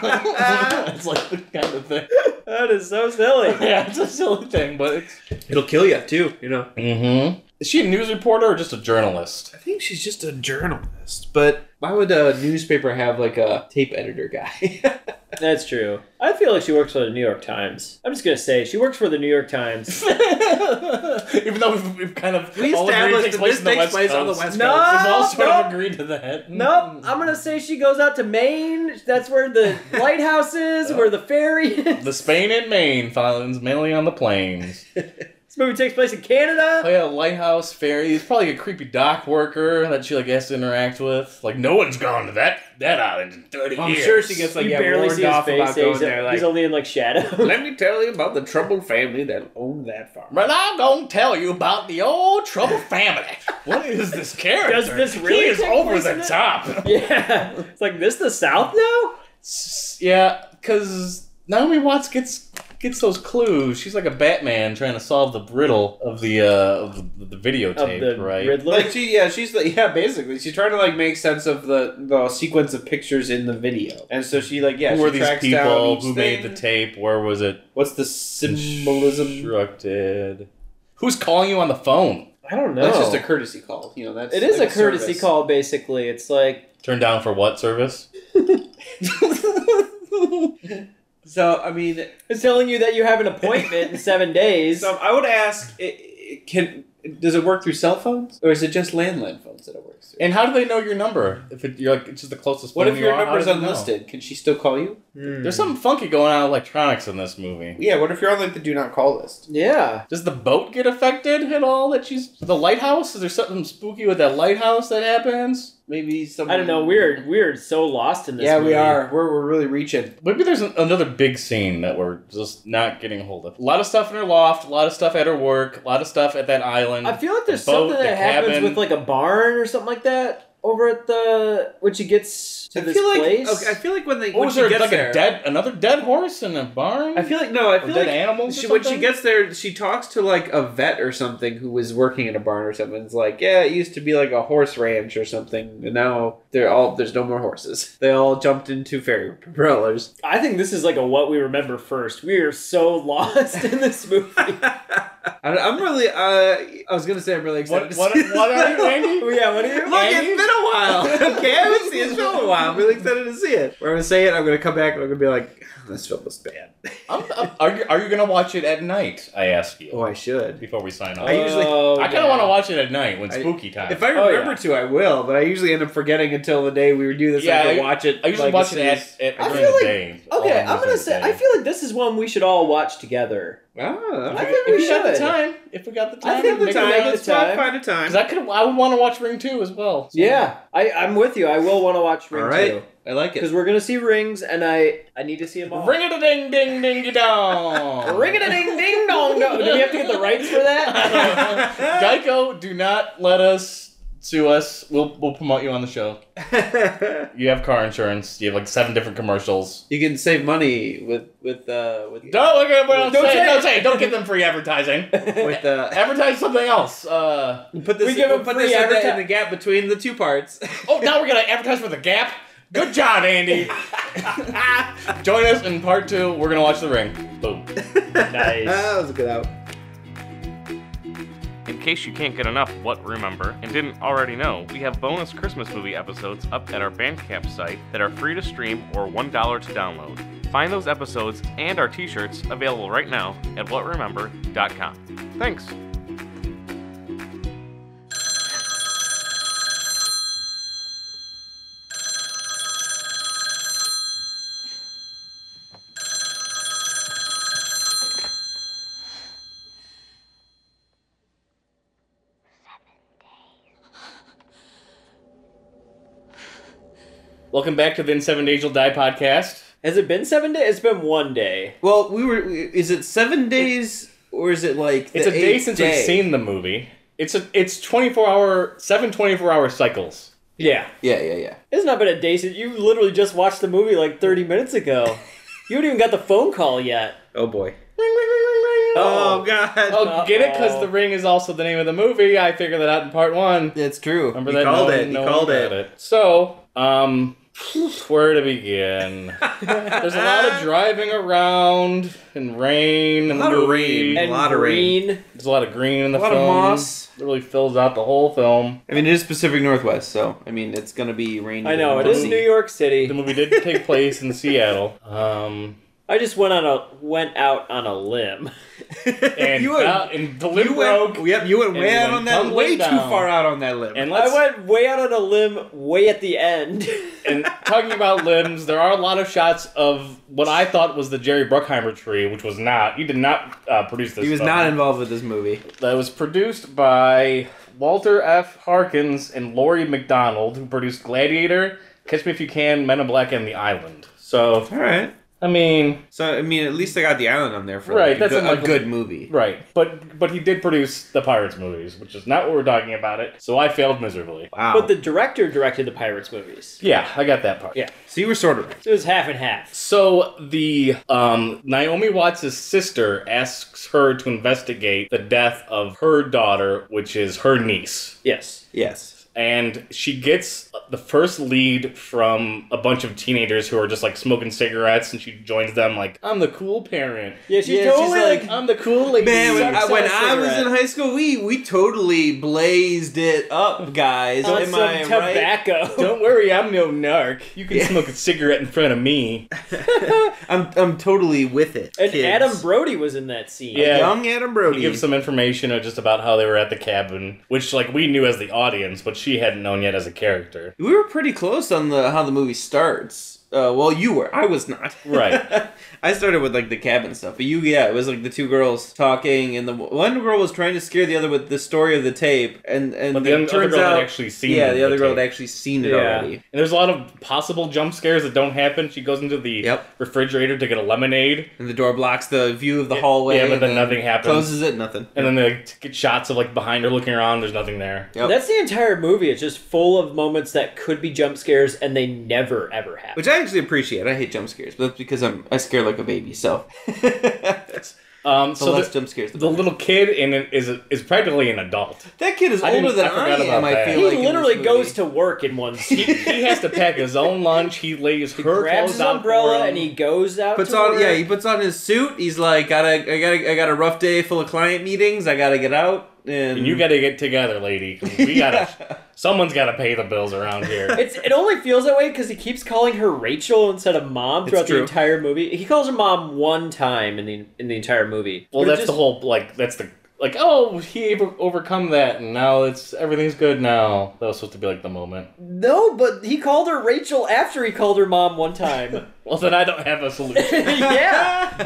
S3: that. it's like the kind of thing.
S2: That is so silly.
S3: Yeah, it's a silly thing, but it's.
S1: It'll kill you too. You know.
S3: Mm-hmm. Is she a news reporter or just a journalist?
S1: I think she's just a journalist, but why would a newspaper have like a tape editor guy?
S2: That's true. I feel like she works for the New York Times. I'm just gonna say she works for the New York Times.
S3: Even though we've, we've kind of
S1: We
S3: all agreed it
S1: established
S3: takes
S1: that
S3: place
S1: this
S3: in the
S1: takes
S3: West
S1: place
S3: Coast.
S1: on the West Coast.
S2: No,
S3: We've all sort
S2: no.
S3: of agreed to that.
S2: Nope, I'm gonna say she goes out to Maine. That's where the lighthouse is, where the ferry is.
S3: The Spain and Maine finds mainly on the plains.
S2: This movie takes place in
S3: Oh
S2: Canada.
S3: yeah, lighthouse fairy. He's probably a creepy dock worker that she like has to interact with. Like no one's gone to that that island in thirty
S1: I'm
S3: years.
S1: sure she gets like
S2: you
S1: yeah,
S2: barely
S1: warned
S2: see his
S1: off
S2: face.
S1: about
S2: so
S1: going
S2: He's,
S1: there. Like,
S2: he's only in like shadow.
S1: let me tell you about the troubled family that owned that farm.
S3: But I'm gonna tell you about the old trouble family. what is this character?
S2: Does this really
S3: He is
S2: take
S3: over
S2: place
S3: the
S2: in it?
S3: top.
S2: yeah, it's like this the South now.
S3: S- yeah, because Naomi Watts gets gets those clues. She's like a Batman trying to solve the riddle of the uh of the, the
S2: Of
S3: videotape,
S2: the
S3: right?
S2: Riddler.
S4: Like she, yeah, she's the yeah. Basically, she's trying to like make sense of the the sequence of pictures in the video, and so she like yeah.
S3: Who are
S4: she
S3: these
S4: tracks down
S3: people?
S4: each
S3: Who
S4: thing.
S3: made the tape? Where was it?
S4: What's the symbolism?
S3: constructed. Who's calling you on the phone?
S2: I don't know.
S4: That's just a courtesy call. You know, that's
S2: it is
S4: like
S2: a courtesy
S4: service.
S2: call, basically. It's like
S3: Turned down for what service?
S4: So I mean,
S2: it's telling you that you have an appointment in seven days.
S4: so I would ask, i i can does it work through cell phones or is it just landline phones that it works through?
S3: And how do they know your number? If it, you're like it's just the closest.
S4: What
S3: phone
S4: if
S3: you
S4: your
S3: are, how
S4: number's
S3: do they know?
S4: unlisted? Can she still call you?
S2: Hmm.
S3: There's something funky going on with electronics in this movie.
S4: Yeah. What if you're on like the do not call list?
S2: yeah.
S3: Does the boat get affected at all? That she's the lighthouse? Is there something spooky with that lighthouse that happens?
S4: Maybe someone.
S2: I don't know. We're we're so lost in this.
S4: Yeah, we
S2: movie.
S4: are. We're, we're really reaching.
S3: Maybe there's an, another big scene that we're just not getting hold of. A lot of stuff in her loft, a lot of stuff at her work, a lot of stuff at that island.
S2: I feel like there's
S3: The boat,
S2: something that
S3: the
S2: happens
S3: cabin.
S2: with like a barn or something like that. over at the when she gets to
S1: I
S2: this
S1: feel like
S2: place?
S1: okay, I feel like when they
S3: What
S1: when
S3: was
S1: she
S3: Oh, there
S1: gets
S3: like
S1: there,
S3: a dead another dead horse in a barn?
S1: I feel like no, I
S3: Or
S1: feel
S3: dead
S1: like
S3: animals. or
S1: She, when she
S3: something?
S1: gets there, she talks to like a vet or something who was working in a barn or something. It's like, yeah, it used to be like a horse ranch or something, and now they're all there's no more horses. They all jumped into ferry propellers.
S2: I think this is like a what we remember first. We are so lost in this movie.
S1: I, I'm really, uh, I was gonna say I'm really excited.
S3: what what,
S1: to see
S3: what are you,
S1: this.
S3: Randy?
S2: yeah, what do you?
S1: Look, it's been a while. Okay, I haven't seen it. It's been a while. I'm really excited to see it. We're gonna say it. I'm gonna come back and I'm gonna be like, "Oh, this film was bad.
S3: I'm, I'm, are you are you gonna watch it at night? I ask you
S1: Oh, I should.
S3: before we sign off.
S1: I usually-
S3: I kind of want to watch it at night when
S1: I-
S3: spooky time.
S1: If I
S2: Oh,
S1: remember to, I will. But I usually end up forgetting until the day we do this.
S3: Yeah,
S1: I can
S3: I-
S1: watch it.
S3: I usually
S1: like, as
S3: watch it
S1: soon as-
S3: at, at
S2: I
S3: during
S2: feel
S3: the
S2: like-
S3: day.
S2: Okay,
S3: All
S2: I'm gonna
S3: during the
S2: say
S3: day.
S2: I feel like this is one we should all watch together.
S1: Ah,
S2: I
S1: I think
S3: If
S2: think
S3: if
S2: we
S3: you got the
S2: should.
S3: time, if we got the time,
S1: I think the
S3: make
S1: time.
S2: make the
S1: Let's fi-
S2: time.
S1: find a time.
S3: Because I could, I would want to watch Ring Two as well. So-
S2: Yeah, I, I'm with you. I will want to watch Ring
S1: All right.
S2: too
S1: I like
S2: because we're gonna see rings, and I I need to see them all.
S3: Ring it a ding ding ding dong.
S2: Ring it a ding ding dong. dong. Do we have to get the rights for that?
S3: Geico, do not let us sue us. We'll we'll promote you on the show. You have car insurance. You have like seven different commercials.
S1: you can save money with with uh, with
S3: Don't look at what I'm
S2: Don't
S3: saying.
S2: say it.
S3: Don't say it. Don't give them free advertising.
S1: with uh,
S3: Advertise something else. Uh,
S1: put this.
S2: We give
S1: we'll
S2: them
S1: put
S2: free
S1: this in the,
S2: adverti-
S1: in the gap between the two parts.
S3: oh, now we're gonna advertise for the Gap. Good job, Andy. Join us in part two. We're gonna watch The Ring. Boom.
S2: nice.
S1: that was a good out.
S6: In case you can't get enough What Remember and didn't already know, we have bonus Christmas movie episodes up at our Bandcamp site that are free to stream or $1 to download. Find those episodes and our t shirts available right now at whatremember.com. Thanks!
S3: Welcome back to the In Seven Days You'll Die podcast.
S2: Has it been seven days? It's been one day.
S1: Well, we were. Is it seven days or is it like
S3: It's
S1: the
S3: a day
S1: eighth
S3: since we've seen the movie. It's a it's 24 hour seven 24 hour cycles.
S2: Yeah,
S1: Yeah, yeah, yeah.
S2: it's not been a day since you literally just watched the movie like 30 minutes ago. you haven't even got the phone call yet.
S1: Oh boy.
S2: Oh.
S1: god.
S3: Oh, get it? Because
S2: Uh-oh.
S3: The Ring is also the name of the movie. I figured that out in part one.
S1: That's true.
S3: Remember
S1: He
S3: that?
S1: Called
S3: No-
S1: it. He
S3: no one
S1: called
S3: got
S1: it.
S3: So, um, where to begin? There's a lot of driving around and rain. and
S1: lot of rain.
S2: And
S1: A lot of rain.
S2: green.
S3: There's a lot of green in the
S1: A lot of
S3: film.
S1: moss.
S3: It really fills out the whole film.
S1: I mean, it is Pacific Northwest, so I mean, it's gonna be rainy.
S2: I know
S1: and
S2: it is
S1: windy.
S2: New York
S3: The
S2: City.
S3: movie did take place in Seattle. Um,
S2: I just went on a went out on a limb.
S3: and
S1: you went,
S3: uh, and the
S1: you
S3: lid broke.
S1: went, yep, you went way
S3: and
S1: out
S3: went
S1: on that,
S3: tumbling
S1: way too
S3: down.
S1: far out on that limb.
S3: And
S2: I
S3: let's
S2: went way out on a limb, way at the end.
S3: and talking about limbs, there are a lot of shots of what I thought was the Jerry Bruckheimer tree, which was not. He did not uh, produce this.
S1: he was
S3: film.
S1: not involved with this movie.
S3: That was produced by Walter F. Harkins and Laurie McDonald, who produced Gladiator, Catch Me If You Can, Men in Black, and The Island. So,
S1: All right.
S3: I mean,
S1: So I mean, at least I got the island on there for
S3: Right,
S1: like,
S3: that's
S1: a,
S3: a
S1: good, a
S3: Michael-
S1: good movie.
S3: right, but but he did produce the Pirates movies, which is not what we're talking about. It. So I failed miserably.
S1: Wow.
S2: but the director directed the Pirates movies.
S3: Yeah, I got that part. Yeah.
S1: so you were sort of right.
S2: So it was half and half.
S3: So the um, Naomi Watts' sister asks her to investigate the death of her daughter, which is her niece.
S2: Yes.
S1: Yes.
S3: and she gets the first lead from a bunch of teenagers who are just like smoking cigarettes and she joins them like i'm the cool parent
S2: Yeah, she's
S1: Yeah, she's
S2: totally like,
S1: like-
S3: i'm the cool lady
S1: Man, when, I,
S3: Sucks on
S1: when
S3: a
S1: I was in
S3: cigarette."
S1: high school, we we totally blazed it up, guys.
S2: on
S1: Am
S2: some
S1: I right?
S2: tobacco.
S3: don't worry i'm no narc you can
S1: Yeah.
S3: smoke a cigarette in front of me
S1: I'm I'm totally with it.
S2: And
S1: kids.
S2: Adam Brody was in that scene.
S3: Yeah.
S1: young Adam Brody.
S3: He gives some information just about how they were at the cabin which like we knew as the audience but she hadn't known yet as a character
S1: We were pretty close on the how the movie starts. Uh, well, you were. I was not.
S3: Right.
S1: I started with like the cabin stuff, but you, yeah, it was like the two girls talking, and the one girl was trying to scare the other with the story of the tape, and and
S3: But the
S1: it
S3: other
S1: turns
S3: girl had
S1: out-
S3: actually seen
S1: yeah,
S3: the
S1: the other girl
S3: tape.
S1: had actually seen it
S2: Yeah.
S1: already.
S3: And there's a lot of possible jump scares that don't happen. She goes into the
S1: Yep.
S3: refrigerator to get a lemonade,
S1: And the door blocks the view of the hallway.
S3: yeah, but
S1: and
S3: then nothing happens.
S1: Closes it, nothing.
S3: and then they like, get shots of like behind her looking around. There's nothing there.
S1: Yep.
S2: That's the entire movie. It's just full of moments that could be jump scares and they never ever happen.
S1: Which I actually appreciate. I hate jump scares, but that's because I'm I scare like a baby. So,
S3: Um,
S1: so
S3: so
S1: less
S3: the,
S1: jump scares. The
S3: the little kid in it is is practically an adult.
S1: that kid is
S3: I didn't-
S1: older than
S3: I
S1: I,
S3: forgot
S1: am.
S3: about
S1: I
S3: that.
S1: feel
S2: he
S1: like in
S2: literally
S1: this
S2: goes
S1: movie.
S2: to work in one
S3: He,
S2: scene.
S3: he has to pack his own lunch. He lays her
S2: grabs
S3: clothes
S2: his
S3: out for
S2: umbrella
S3: him.
S2: and he goes out.
S1: puts
S2: to
S1: on
S2: work.
S1: yeah he puts on his suit. He's like got a I got a, I got a rough day full of client meetings. I got to get out and,
S3: And you got to get together, lady. 'cause We gotta. Someone's got to pay the bills around here.
S2: It's it only feels that way because he keeps calling her Rachel instead of mom
S1: It's
S2: throughout the
S1: true.
S2: entire movie. He calls her mom one time in the in the entire movie.
S3: Well,
S2: But it
S3: that's the
S2: just-
S3: whole like that's the like oh he over- overcome that and now it's everything's good now. That was supposed to be like the moment.
S2: No, but he called her Rachel after he called her mom one time.
S3: Well, then I don't have a solution.
S2: yeah.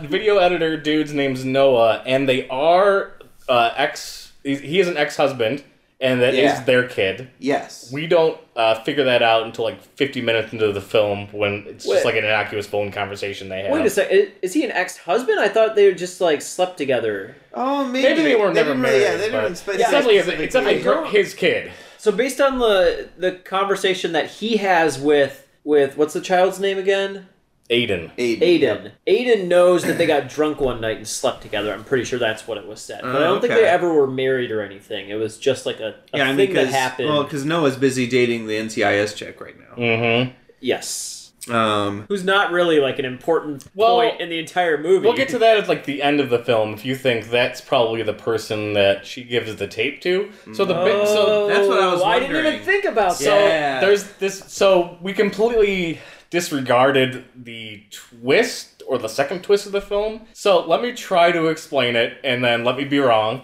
S3: the video editor dude's name's Noah, and they are uh, ex. he's- He is an ex-husband, and that is
S4: Yeah.
S3: their kid.
S4: Yes.
S3: We don't uh, figure that out until like 50 minutes into the film when it's
S2: Wait.
S3: just like an innocuous phone conversation they have.
S2: Wait a second. Is, is he an ex-husband? I thought they just like slept together.
S4: Oh, maybe,
S3: Maybe they were never
S4: didn't
S3: married.
S4: Really, yeah, they
S3: but
S4: didn't explain.
S3: it's
S2: Yeah.
S3: definitely, it's definitely
S2: I
S3: her-
S2: don't-
S3: his kid.
S2: So based on the the conversation that he has with with what's the child's name again?
S3: Aiden.
S2: Aiden. Aiden knows that they got drunk one night and slept together. I'm pretty sure that's what it was said. But I
S1: Oh,
S2: don't think
S1: okay.
S2: they ever were married or anything. It was just like a, a
S1: yeah I
S2: thing
S1: mean
S2: that
S1: 'cause-
S2: happened.
S1: well because Noah's busy dating the NCIS chick right now.
S3: Mm-hmm.
S2: yes.
S1: Um,
S2: Who's not really like an important
S3: Well,
S2: point in the entire movie.
S3: We'll get to that at like the end of the film if you think that's probably the person that she gives the tape to. So the bit, so
S1: that's what I was
S2: Oh, I didn't even
S1: wondering.
S2: think about
S3: So
S2: that.
S1: Yeah.
S3: there's this. So we completely disregarded the twist or the second twist of the film. So let me try to explain it, and then let me be wrong.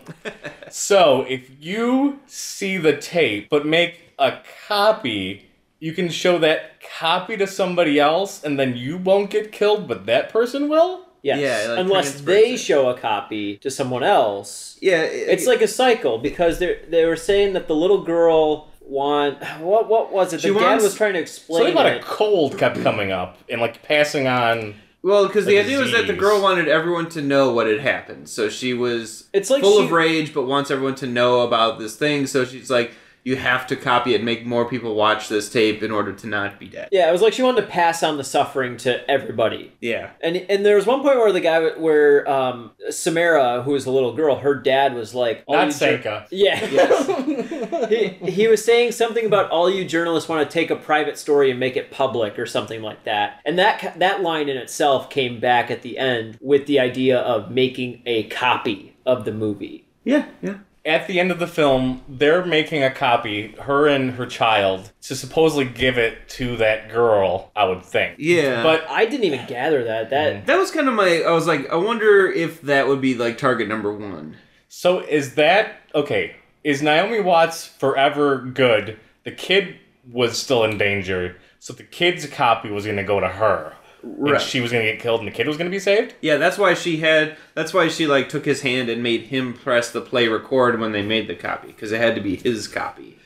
S3: so if you see the tape, but make a copy. You can show that copy to somebody else, and then you won't get killed, but that person will.
S2: Yes.
S1: Yeah, like
S2: Unless
S1: transfers
S2: they
S1: it.
S2: show a copy to someone else.
S1: yeah,
S2: It's like a cycle because they they were saying that the little girl want what what was it?
S1: She
S2: the dad
S1: wants-
S2: was trying to
S3: Something
S2: explain
S3: about
S2: it.
S3: a cold kept coming up and like passing on.
S1: Well, because the
S3: Like
S1: idea was that the
S3: disease.
S1: girl wanted everyone to know what had happened, so she was
S2: It's like
S1: full
S2: she-
S1: of rage, but wants everyone to know about this thing. So she's like, "You have to copy it, and make more people watch this tape in order to not be dead."
S2: Yeah, it was like she wanted to pass on the suffering to everybody.
S1: Yeah,
S2: And and there was one point where the guy w- where um Samara, who was a little girl, her dad was like, all
S3: Not
S2: you jour-
S3: Senka.
S2: Yeah. he, he was saying something about all you journalists want to take a private story and make it public or something like that. And that ca- that line in itself came back at the end with the idea of making a copy of the movie.
S1: yeah, yeah.
S3: at the end of the film, they're making a copy, her and her child, to supposedly give it to that girl, I would think.
S1: Yeah.
S3: But
S2: I didn't even gather that. That
S1: That was kind of my. I was like, I wonder if that would be like target number one.
S3: so is that okay, is Naomi Watts forever good? The kid was still in danger, so the kid's copy was gonna go to her.
S1: Right.
S3: And she was gonna get killed and the kid was gonna be saved?
S1: Yeah, that's why she had. That's why she like took his hand and made him press the play record when they made the copy because it had to be his copy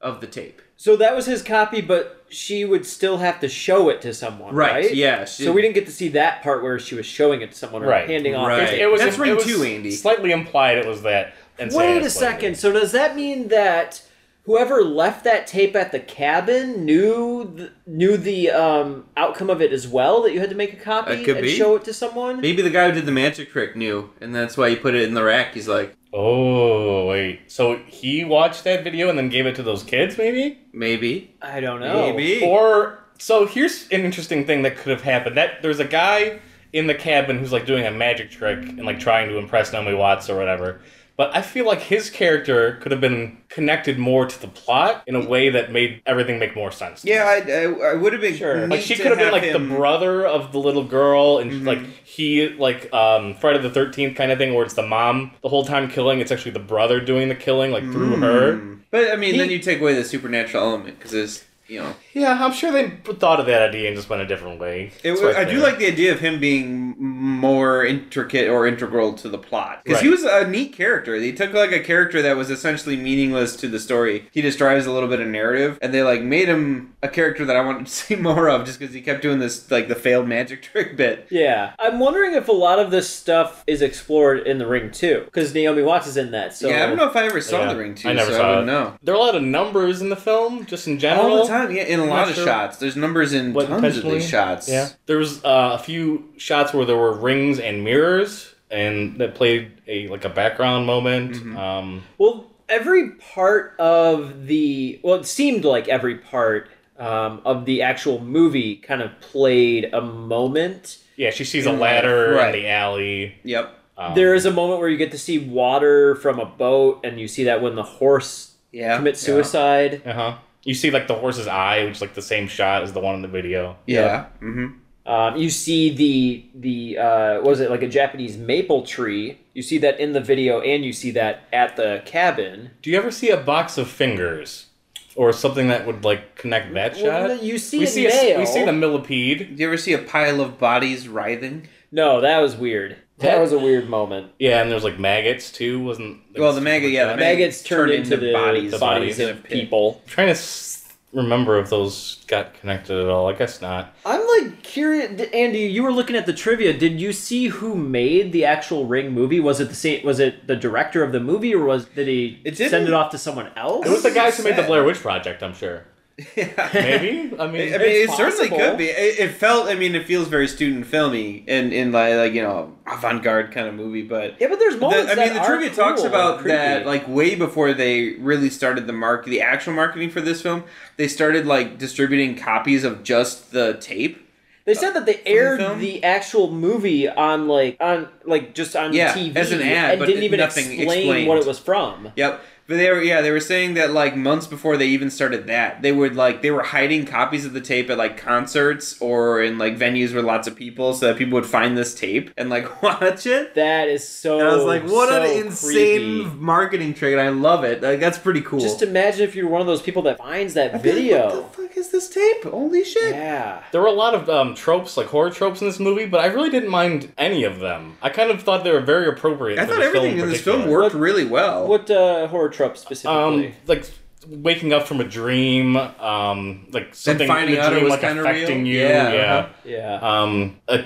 S1: of the tape.
S2: so that was his copy, but she would still have to show it to someone, right?
S1: Right. Yeah. She,
S2: So we didn't get to see that part where she was showing it to someone or
S3: Right.
S2: handing off.
S1: Right.
S2: the
S3: It was
S1: That's
S3: it
S1: ring
S3: was
S1: two, Andy.
S3: Slightly implied it was that. and
S2: Wait
S3: Santa
S2: a
S3: slightly.
S2: second. So does that mean that whoever left that tape at the cabin knew th- knew the um, outcome of it as well? That you had to make a copy
S1: It could
S2: and
S1: be.
S2: show it to someone.
S1: Maybe the guy who did the magic trick knew, and that's why he put it in the rack. He's like,
S3: Oh wait. So he watched that video and then gave it to those kids, maybe?
S1: maybe,
S2: I don't know.
S1: maybe.
S3: Or so here's an interesting thing that could have happened. That there's a guy in the cabin who's like doing a magic trick and like trying to impress Naomi Watts or whatever. But I feel like his character could have been connected more to the plot in a way that made everything make more sense.
S1: yeah, I, I, I would have been
S2: Sure.
S1: neat
S3: Like she
S1: to
S3: could have been like
S1: him- Mm-hmm.
S3: the brother of the little girl, and like he like um, Friday the Thirteenth kind of thing, where it's the mom the whole time killing. It's
S1: Hmm. Mm.
S3: actually the brother doing the killing, like through her.
S1: But I mean,
S3: He-
S1: then you take away the supernatural element because his you know.
S3: Yeah, I'm sure they thought of that idea and just went a different way.
S1: It,
S3: That's why
S1: I do
S3: fair.
S1: like the idea of him being m- more intricate or integral to the plot because he
S3: Right.
S1: was a neat character. He took like a character that was essentially meaningless to the story. He just drives a little bit of narrative, and they like made him a character that I wanted to see more of just because he kept doing this like the failed magic trick bit.
S2: Yeah, I'm wondering if a lot of this stuff is explored in The Ring too, because Naomi Watts is in that. So
S1: yeah, I don't know if I ever saw
S3: Yeah,
S1: the ring too,
S3: I never
S1: so
S3: saw
S1: I wouldn't
S3: it.
S1: know.
S3: There are a lot of numbers in the film, just in general.
S1: All the time, yeah, in a
S3: I'm
S1: lot
S3: not
S1: of
S3: sure.
S1: shots. There's numbers in
S3: What,
S1: tons of
S3: intentionally?
S1: these shots.
S3: Yeah. There was uh, a few shots where there were rings and mirrors, and that played a like a background moment.
S1: Mm-hmm.
S3: Um,
S2: Well, every part of the well, it seemed like every part um, of the actual movie kind of played a moment.
S3: yeah, she sees a ladder
S1: Right.
S3: in the alley.
S1: Yep.
S3: Um,
S2: there is a moment where you get to see water from a boat, and you see that when the horse
S1: Yeah.
S2: commits suicide.
S3: Uh huh. You see like the horse's eye, which is like the same shot as the one in the video.
S1: Yeah. Mm-hmm.
S2: Um, you see the the uh, what was it like a Japanese maple tree? You see that in the video, and you see that at the cabin.
S3: Do you ever see a box of fingers or something that would like connect that shot?
S2: Well, you see
S3: we
S2: a
S3: see a s-
S2: nail.
S3: we see the millipede.
S1: Do you ever see a pile of bodies writhing?
S2: No, that was weird. That
S3: That-
S2: was a weird moment.
S3: Yeah, and there's like maggots too. Wasn't
S1: Well, the maggot, yeah, the
S3: I'm
S1: mag-
S2: Maggots turned,
S1: turned
S2: into,
S1: into
S2: the bodies,
S1: bodies.
S3: The bodies
S1: in a
S2: of
S1: pit.
S2: people.
S3: trying to s- remember if those got connected at all. I guess not.
S2: I'm like curious, D- Andy. You were looking at the trivia. Did you see who made the actual Ring movie? Was it the same? Was it the director of the movie, or was did he
S1: It didn't-
S2: send it off to someone else?
S3: It was the guys who made the
S1: sad.
S3: Blair Witch Project. I'm sure.
S1: Yeah.
S3: Maybe. I mean,
S1: I mean, it
S2: It's
S1: certainly
S2: possible.
S1: could be. It, it felt. I mean, it feels very student filmy and in like, like you know avant garde kind of movie. But
S2: yeah, but there's
S1: the, I
S2: moments.
S1: mean, the
S2: that
S1: trivia
S2: aren't
S1: talks
S2: cool
S1: about
S2: and
S1: that
S2: creepy.
S1: like way before they really started the mark, the actual marketing for this film. They started like distributing copies of just the tape.
S2: They said that they aired the,
S1: film?
S2: actual movie on like on like just on
S1: Yeah,
S2: TV
S1: as an ad,
S2: and
S1: but
S2: didn't
S1: it-
S2: even
S1: nothing
S2: explain
S1: explained.
S2: what it was from.
S1: Yep. But they were yeah, they were saying that like months before they even started that, they would like they were hiding copies of the tape at like concerts or in like venues with lots of people so that people would find this tape and like watch it.
S2: That is so.
S1: And I was like, what
S2: Oh, so
S1: an insane
S2: creepy.
S1: marketing trick, and I love it. Like that's pretty cool.
S2: Just imagine if you're one of those people that finds that
S1: I'd be like,
S2: video.
S1: what the fuck is this tape? Holy shit.
S2: yeah.
S3: there were a lot of um, tropes, like horror tropes, in this movie, but I really didn't mind any of them. I kind of thought they were very appropriate.
S1: I
S3: for
S1: thought
S3: the
S1: everything
S3: film
S1: in this film
S3: particular.
S1: worked really well.
S2: What uh, horror trope specifically?
S3: um like waking up from a dream um like something
S1: finding
S3: in a
S1: out it
S3: dream
S1: was
S3: like
S1: kinda
S3: affecting
S1: real?
S3: you
S1: Yeah, uh-huh.
S3: yeah,
S2: yeah.
S3: um a,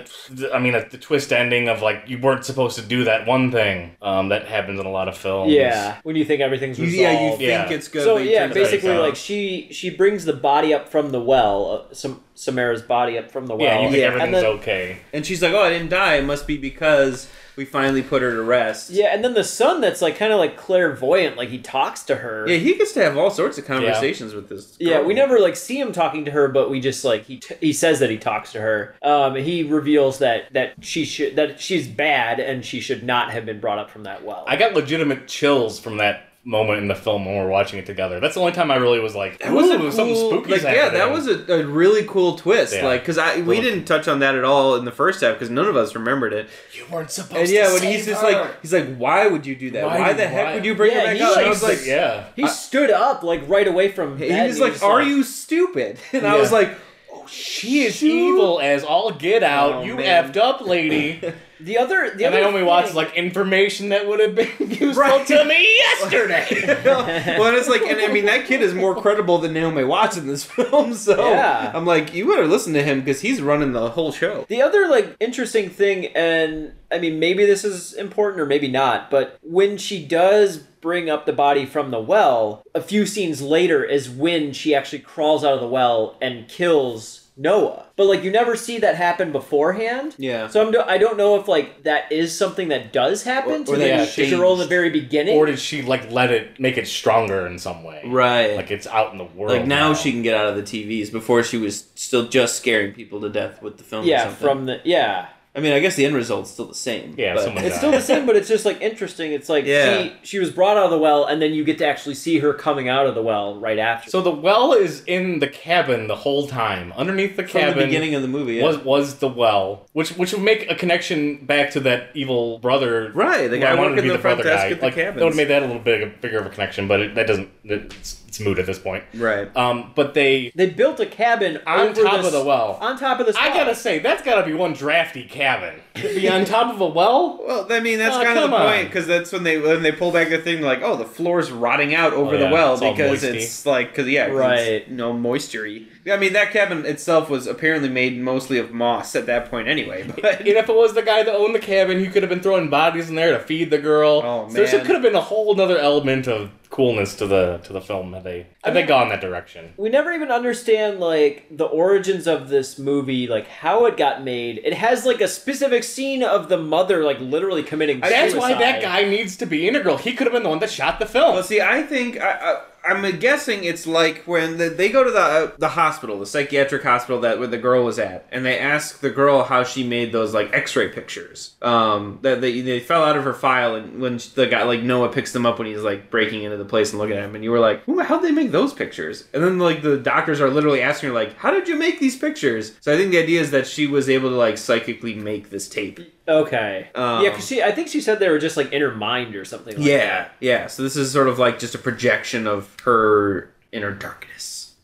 S3: i mean a, the twist ending of like you weren't supposed to do that one thing um that happens in a lot of films
S2: yeah. When you think everything's
S1: You-
S2: resolved.
S1: yeah, you think
S3: Yeah.
S1: it's good.
S2: so
S1: but it
S2: yeah,
S1: turns out it's
S2: basically,
S1: not.
S2: like she she brings the body up from the well, uh, Sam, Samara's body up from the well.
S3: yeah you think
S1: yeah, and
S3: everything's
S2: then-
S3: okay
S1: and she's like, "Oh, I didn't die. It must be because we finally put her to rest."
S2: Yeah, and then the son that's like kind of like clairvoyant, like he talks to her.
S1: Yeah, he gets to have all sorts of conversations with this.
S2: Yeah,
S1: girl.
S2: we never like see him talking to her, but we just like he t- he says that he talks to her. Um, he reveals that that she should that she's bad and she should not have been brought up from that well.
S3: i got legitimate chills from that moment in the film when we're watching it together that's the only time i really was like
S1: That was a
S3: "Ooh, something
S1: cool-
S3: spooky
S1: Like, yeah, that was a, a really cool twist.
S3: Yeah.
S1: Like, because I we
S3: Cool.
S1: didn't touch on that at all in the first half because none of us remembered it.
S3: you weren't supposed
S1: And
S3: to
S1: yeah, when
S3: save
S1: he's just
S3: her."
S1: like, he's like, "Why would you do that?
S3: Why
S1: Why,
S3: did-
S1: the heck
S3: why?"
S1: would you bring
S2: Yeah,
S1: her back
S2: he,
S1: up?"
S2: like,
S1: and I was like,
S3: yeah
S2: he stood up like right away from.
S1: he
S2: that, and
S1: was like, "Are you stupid?" And I was
S3: Yeah.
S1: like, "Oh, she is
S3: evil as all get out
S1: Oh,
S3: you
S1: man.
S3: effed up lady
S2: The other the
S3: And
S2: other
S3: then Naomi
S2: thing-
S3: Watts is like information that would have been useful
S1: Right.
S3: to me yesterday.
S1: well, and it's like, and I mean, that kid is more credible than Naomi Watts in this film. So
S2: Yeah.
S1: I'm like, you better listen to him because he's running the whole show.
S2: The other like interesting thing, and I mean maybe this is important or maybe not, but when she does bring up the body from the well, a few scenes later is when she actually crawls out of the well and kills Noah. But like you never see that happen beforehand.
S1: Yeah.
S2: So I'm do- I don't know if like that is something that does happen
S1: Or-
S2: to
S1: or
S2: the
S3: that
S2: to the girl in the
S1: changed.
S2: very beginning.
S3: or did she like let it make it stronger in some way?
S1: Right.
S3: Like it's out in the world.
S1: Like now she can get out of the TVs. Before she was still just scaring people to death with the film. or
S2: yeah,
S1: something.
S2: from the yeah.
S1: I mean, I guess the end result's still the same.
S3: Yeah,
S1: but-
S3: someone
S2: It's still the same, but it's just like interesting. It's like
S1: Yeah.
S2: she she was brought out of the well, and then you get to actually see her coming out of the well right after.
S3: So the well is in the cabin the whole time. Underneath the
S1: from
S3: cabin
S1: the beginning of the movie. yeah.
S3: was was the well, which which would make a connection back to that evil brother.
S1: Right, the
S3: who
S1: guy
S3: I wanted
S1: working
S3: to be
S1: the front
S3: brother
S1: desk
S3: guy.
S1: at the
S3: Like,
S1: cabins.
S3: That would have made that a little bit bigger of a connection, but it, that doesn't. It's, it's moot at this point.
S1: right.
S3: Um, but they
S2: They built a cabin
S3: on
S2: over
S3: top
S2: this-
S3: of the well.
S2: On top of this,
S3: I
S2: well.
S3: gotta say that's gotta be one drafty cabin. To be on top of a well.
S1: Well, I mean that's
S3: Oh,
S1: kind of the
S3: come
S1: point
S3: on.
S1: because that's when they when they pull back the thing like oh the floor's rotting out over
S3: Oh,
S1: the
S3: yeah,
S1: well
S3: it's all
S1: because
S3: moisty.
S1: it's like because yeah 'cause
S2: Right.
S1: it's, you know moistury. I mean that cabin itself was apparently made mostly of moss at that point anyway. But
S3: And if it was the guy that owned the cabin, he could have been throwing bodies in there to feed the girl.
S1: Oh,
S3: So there
S1: man.
S3: could have been a whole other element of coolness to the to the film had they had they gone that direction.
S2: we never even understand like the origins of this movie, like how it got made. It has like a specific scene of the mother like literally committing.
S3: That's why
S2: suicide.
S3: that guy needs to be integral. He could have been the one that shot the film.
S1: well, see, I think I, I I'm guessing it's like when the, they go to the uh, the hospital, the psychiatric hospital that where the girl was at, and they ask the girl how she made those like X-ray pictures. Um, that they, they fell out of her file, and when she- the guy like Noah picks them up when he's like breaking into the place and looking at him, and you were like, "Who- how'd they make those pictures? And then like the doctors are literally asking her like, how did you make these pictures? So I think the idea is that she was able to like psychically make this tape.
S2: Okay.
S1: Um,
S2: yeah, because she. I think she said they were just like in her mind or something. Like
S1: Yeah, yeah. So this is sort of like just a projection of her inner darkness,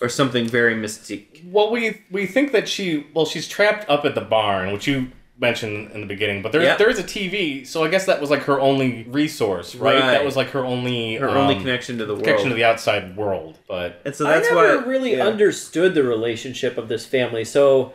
S1: or something very mystique.
S3: Well, we we think that she well she's trapped up at the barn, which you mentioned in the beginning. But there
S1: Yeah.
S3: there is a TV, so I guess that was like her only resource, right?
S1: Right.
S3: That was like her only
S1: Her
S3: um,
S1: only connection to the world.
S3: connection to the outside world. But
S1: and so that's
S2: I never
S1: why
S2: really
S1: yeah.
S2: understood the relationship of this family. So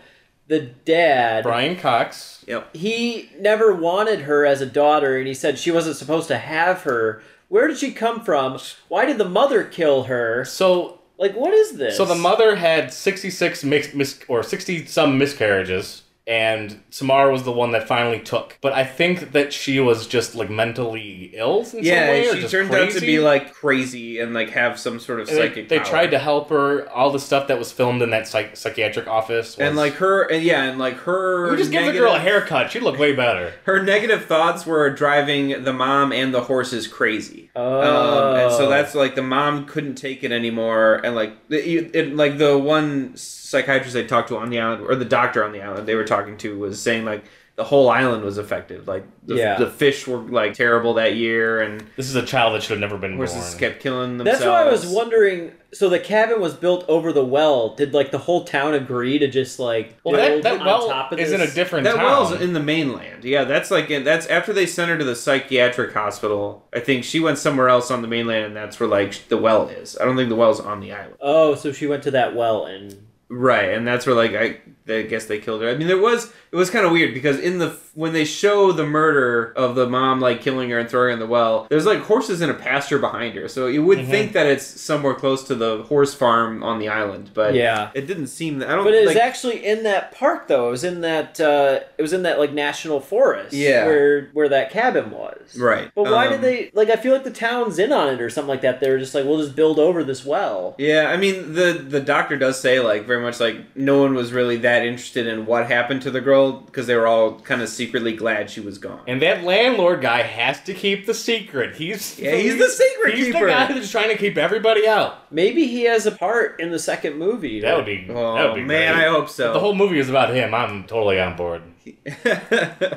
S2: the dad,
S3: Brian Cox,
S1: Yep.
S2: he never wanted her as a daughter, and he said she wasn't supposed to have her. Where did she come from? Why did the mother kill her?
S3: so
S2: Like, what is this?
S3: so the mother had sixty six mix, mis- or sixty some miscarriages. And Samara was the one that finally took, but I think that she was just like mentally ill in some way,
S1: Yeah,
S3: or
S1: she
S3: just
S1: turned out to
S3: crazy.
S1: be like crazy and like have some sort of
S3: And they,
S1: psychic.
S3: they
S1: power.
S3: tried to help her. All the stuff that was filmed in that psych- psychiatric office, was,
S1: and like her, and yeah, and like her.
S3: we just give the
S1: negative-
S3: girl a haircut. She'd look way better.
S1: Her negative thoughts were driving the mom and the horses crazy.
S2: Oh.
S1: Um, and so that's like the mom couldn't take it anymore, and like the, you- it, like the one psychiatrist they talked to on the island, or the doctor on the island they were talking to, was saying like the whole island was affected. Like the,
S2: Yeah.
S1: the fish were like terrible that year, and
S3: This is a child that should have never been
S1: horses
S3: born.
S1: kept killing themselves.
S2: That's why I was wondering. So the cabin was built over the well. Did like the whole town agree to just like
S3: Well,
S2: build
S3: that, that
S2: on
S3: well
S2: top of
S3: is in a
S2: this?
S3: different
S1: That
S3: town.
S1: well's in the mainland. Yeah, that's like in, that's after they sent her to the psychiatric hospital. I think she went somewhere else on the mainland, and that's where like the well is. I don't think the well's on the island.
S2: Oh, so she went to that well and
S1: Right, and that's where like I, I guess they killed her. I mean, there was it was kind of weird because in the when they show the murder of the mom like killing her and throwing her in the well, there's like horses in a pasture behind her, so you
S2: Mm-hmm.
S1: would think that it's somewhere close to the horse farm on the island, but
S2: yeah.
S1: it didn't seem that. I don't.
S2: But it was
S1: like,
S2: actually in that park though. It was in that uh, it was in that like national forest
S1: Yeah.
S2: where where that cabin was.
S1: right.
S2: But why did
S1: Um,
S2: they like I feel like the town's in on it or something like that. They were just like, We'll just build over this well.
S1: Yeah, I mean the the doctor does say like very much like no one was really that interested in what happened to the girl because they were all kind of secretly glad she was gone.
S3: and that landlord guy has to keep the secret. He's
S1: Yeah, he's the secret
S3: he's
S1: keeper.
S3: the guy that's trying to keep everybody out.
S2: Maybe he has a part in the second movie.
S3: That would be.
S1: Oh
S3: that would be
S1: man,
S3: great.
S1: I hope so.
S3: the whole movie is about him. I'm totally on board.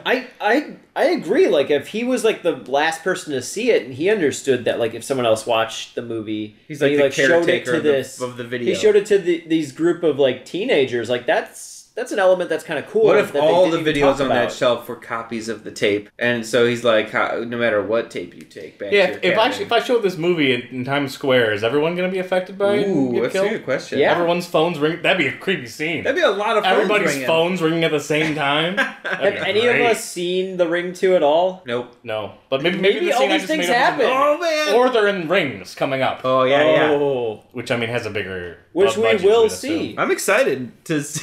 S2: I I I agree. Like if he was like the last person to see it and he understood that like if someone else watched the movie,
S1: He's like
S2: and he
S1: the
S2: like showed it
S1: caretaker
S2: to
S1: of the-
S2: this
S1: of the
S2: He
S1: video.
S2: showed it to the, these group of like teenagers. Like that's that's an element that's kind of cool.
S1: What if
S2: that they
S1: all the
S2: didn't even
S1: videos
S2: talk
S1: on that
S2: about.
S1: shelf were copies of the tape? And so he's like, how, no matter what tape you take back.
S3: Yeah,
S1: to your
S3: if, if I
S1: cabin.
S3: if I show this movie in, in Times Square, is everyone going to be affected by it? and
S1: ooh,
S3: get
S1: that's
S3: killed?
S1: a good question.
S2: Yeah.
S3: Everyone's phones ring. That'd be a creepy scene.
S1: that'd be a lot of phones
S3: Everybody's
S1: ringing.
S3: phones ringing at the same time.
S2: Have
S3: That'd be
S2: any
S3: great.
S2: of us seen the ring to at all?
S1: Nope.
S3: No, but maybe
S2: Maybe
S3: maybe, the
S2: all
S3: scene I
S2: these
S3: just
S2: things
S3: made up
S2: happen.
S3: is-
S1: Oh man.
S3: Or they're in rings coming up,
S1: oh yeah, yeah.
S2: Oh.
S3: which I mean has a bigger
S2: Which we
S3: budget,
S2: will
S3: we'd
S2: see.
S3: assume.
S1: I'm excited to. see...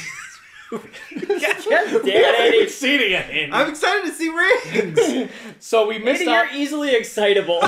S2: Yes,
S3: We
S2: Dan,
S3: haven't
S2: Andy.
S3: even seen it yet, Andy.
S1: I'm excited to see rings.
S3: So we
S2: Andy,
S3: missed out.
S2: you're easily excitable.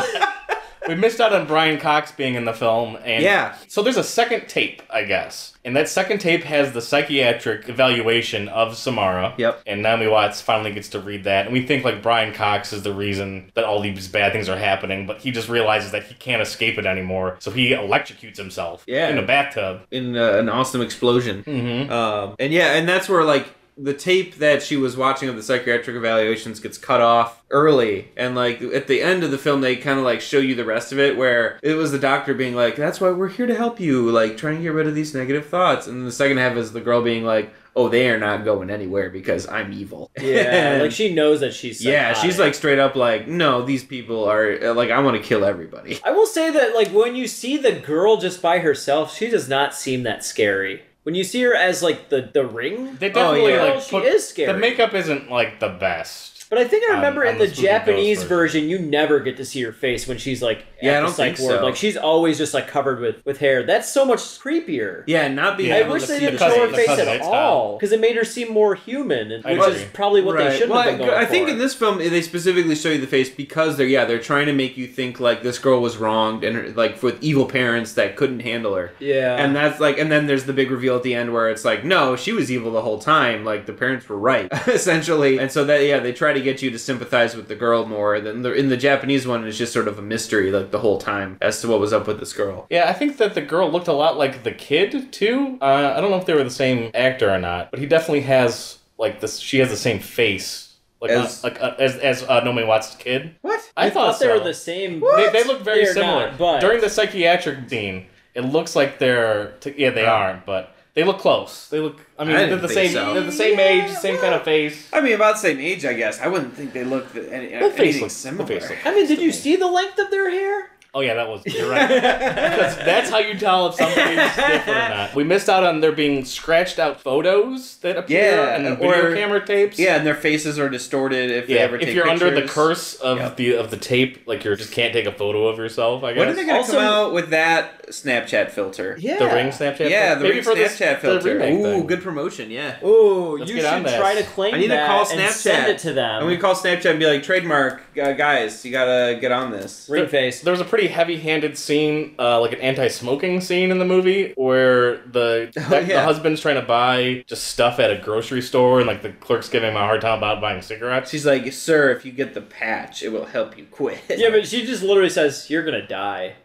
S3: we missed out on Brian Cox being in the film, and
S4: Yeah.
S3: So there's a second tape, I guess, and that second tape has the psychiatric evaluation of Samara.
S1: Yep.
S3: And Naomi Watts finally gets to read that, and we think like Brian Cox is the reason that all these bad things are happening, but he just realizes that he can't escape it anymore, so he electrocutes himself.
S1: Yeah.
S3: In a bathtub.
S1: in uh, an awesome explosion.
S3: Mm-hmm.
S1: Um, and yeah, and that's where like the tape that she was watching of the psychiatric evaluations gets cut off early and like at the end of the film they kind of like show you the rest of it where it was the doctor being like that's why we're here to help you like trying to get rid of these negative thoughts and the second half is the girl being like oh they are not going anywhere because i'm evil
S2: Yeah,
S1: And-
S2: like she knows that she's.
S1: yeah
S2: psychotic.
S1: she's like straight up like no these people are like i want to kill everybody
S2: I will say that like when you see the girl just by herself, she does not seem that scary. When you see her as like the the ring,
S3: They definitely
S1: Oh, yeah.
S3: like
S2: she
S3: put-
S2: is scary.
S3: The makeup isn't like the best.
S2: but I think I
S3: on-
S2: remember
S3: on
S2: in
S3: the
S2: the,
S3: Spooky Ghost
S2: Japanese
S3: version.
S2: version. you never get to see her face when she's like
S1: Yeah,
S2: at
S1: I
S2: the
S1: don't
S2: psych
S1: think
S2: ward.
S1: so.
S2: Like she's always just like covered with with hair. That's so much creepier.
S1: yeah not being
S3: Yeah.
S2: I
S1: able
S2: wish
S1: to
S2: they
S1: see
S2: didn't
S1: the
S2: show her
S1: face.
S2: face
S3: cousin,
S2: at
S3: it's
S2: all because it made her seem more human, and-
S3: I
S2: which is
S3: agree.
S2: probably what they
S1: Right.
S2: shouldn't
S1: well,
S2: have been going
S1: I, I think
S2: for.
S1: in this film they specifically show you the face because they're yeah they're trying to make you think like this girl was wronged and her, like with evil parents that couldn't handle her.
S2: yeah,
S1: And that's like, and then there's the big reveal at the end where it's like, no, she was evil the whole time. Like the parents were right, essentially. And so that, yeah, they try to get you to sympathize with the girl more. Than the, in the Japanese one, it's just sort of a mystery, like the whole time as to what was up with this girl.
S3: Yeah, I think that the girl looked a lot like the kid too. Uh, I don't know if they were the same actor or not, but he definitely has like this. She has the same face, like
S1: As-
S3: uh, like uh, as as uh, Naomi Watts' kid.
S1: What?
S3: I thought,
S2: they
S3: so.
S2: were the same.
S3: They, they look very
S2: They're
S3: similar.
S2: not, but
S3: During the psychiatric scene, it looks like they're t- yeah they aren't, but they look close. They look. I mean,
S1: I
S3: they're
S1: didn't
S3: the
S1: think
S3: same.
S1: so.
S3: They're the same age, same kind of face.
S4: I mean, about the same age, I guess. I wouldn't think they look th- any,
S3: The face
S4: anything
S3: looks
S4: similar.
S3: The face looks.
S2: I mean, did you see the length of their hair?
S3: Oh yeah, that was. You're right. Because that's how you tell if something's different or not. We missed out on there being scratched out photos that appear
S4: Yeah,
S3: and video
S4: or-
S3: camera tapes.
S4: Yeah, and their faces are distorted if they
S3: Yeah,
S4: ever
S3: if
S4: take
S3: you're under the
S4: pictures.
S3: curse of
S4: Yeah.
S3: the of the tape, like you just can't take a photo of yourself. I guess.
S4: When are they going to
S2: Also-
S4: come out with that Snapchat filter?
S2: Yeah.
S3: The ring Snapchat.
S4: Yeah, the
S3: filter?
S4: ring
S3: for this-
S4: Snapchat
S3: the
S4: filter.
S3: remake
S1: Ooh,
S3: thing.
S1: good promotion. Yeah.
S2: Oh,
S3: Let's
S2: you
S3: get on
S2: should
S3: this.
S2: try to claim
S1: I need to
S2: that
S1: call
S2: and send
S1: Snapchat.
S2: it to them.
S4: And we call Snapchat and be like, trademark, uh, guys, you gotta get on this.
S2: ring face.
S3: There was a pretty heavy-handed scene, uh, like an anti-smoking scene in the movie, where the the,
S4: Oh, yeah.
S3: husband's trying to buy just stuff at a grocery store, and like the clerk's giving him a hard time about buying cigarettes.
S4: She's like, sir, if you get the patch, it will help you quit.
S2: Yeah, but she just literally says, "You're gonna die,"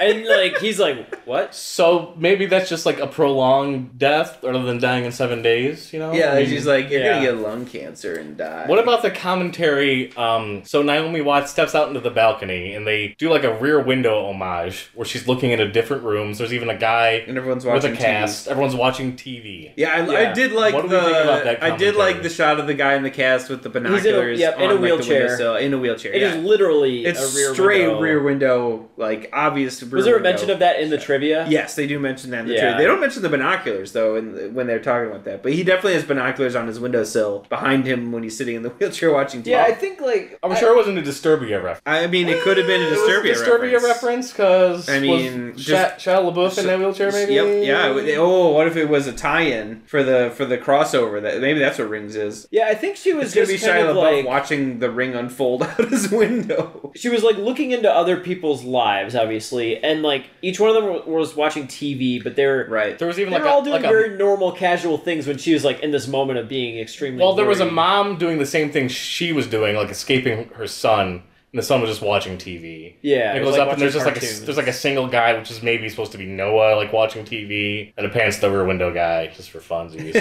S2: and like he's like, "What?"
S3: So maybe that's just like a prolonged death rather than dying in seven days, you know?
S4: Yeah,
S3: I mean,
S4: she's like, you're
S2: yeah.
S4: gonna get lung cancer and die.
S3: What about the commentary? Um, so Naomi Watts steps out into the balcony and they do like a rear window homage where she's looking into different rooms. There's even a guy
S4: And everyone's
S3: with
S4: watching
S3: a
S4: TV.
S3: cast. Everyone's watching TV.
S1: Yeah, I, I
S2: Yeah.
S1: did like
S3: What do we
S1: the.
S3: think about that
S1: I did
S3: commentary?
S1: like the shot of the guy in the cast with the binoculars.
S2: yep, in a
S1: on, like, the
S2: wheelchair.
S1: windowsill- in a wheelchair.
S2: It
S1: yeah.
S2: is literally
S1: It's
S2: a rear
S1: straight
S2: window.
S1: rear window, like obvious. Rear
S2: Was there a
S1: window.
S2: mention of that in the trivia?
S1: Yes, they do mention that in the
S2: Yeah.
S1: trailer. They don't mention the binoculars though, in, when they're talking about that. But he definitely has binoculars on his windowsill behind him when he's sitting in the wheelchair watching TV.
S2: Yeah, I think like
S3: I'm
S2: I-
S3: sure it wasn't a Disturbia reference.
S1: I mean, it could have been a Disturbia,
S3: it was a Disturbia reference because
S1: I mean,
S3: was
S1: just-
S3: Sha- Shia LaBeouf in that wheelchair, maybe.
S1: Yep. Yeah. it would- Oh, what if it was a tie-in for the for the crossover? That maybe that's what Rings is.
S2: Yeah, I think she was
S1: It's gonna
S2: just
S1: be
S2: kind
S1: Shia
S2: of
S1: LaBeouf
S2: like
S1: watching the ring unfold out his window.
S2: she was like looking into other people's lives, obviously, and like each one of them wa- was watching TV, but they were
S1: Right.
S3: There was even
S2: they
S3: like
S2: were
S3: a,
S2: all doing
S3: like a
S2: very normal, casual things when she was like in this moment of being extremely.
S3: Well, there was a
S2: worried.
S3: mom doing the same thing she was doing, like escaping her son, and the son was just watching TV.
S2: Yeah,
S3: And
S2: it
S3: it goes
S2: was like
S3: up and there's just
S2: watching
S3: like a,
S2: cartoons.
S3: there's like a single guy, which is maybe supposed to be Noah, like watching TV, and apparently the rear window guy just for funsies.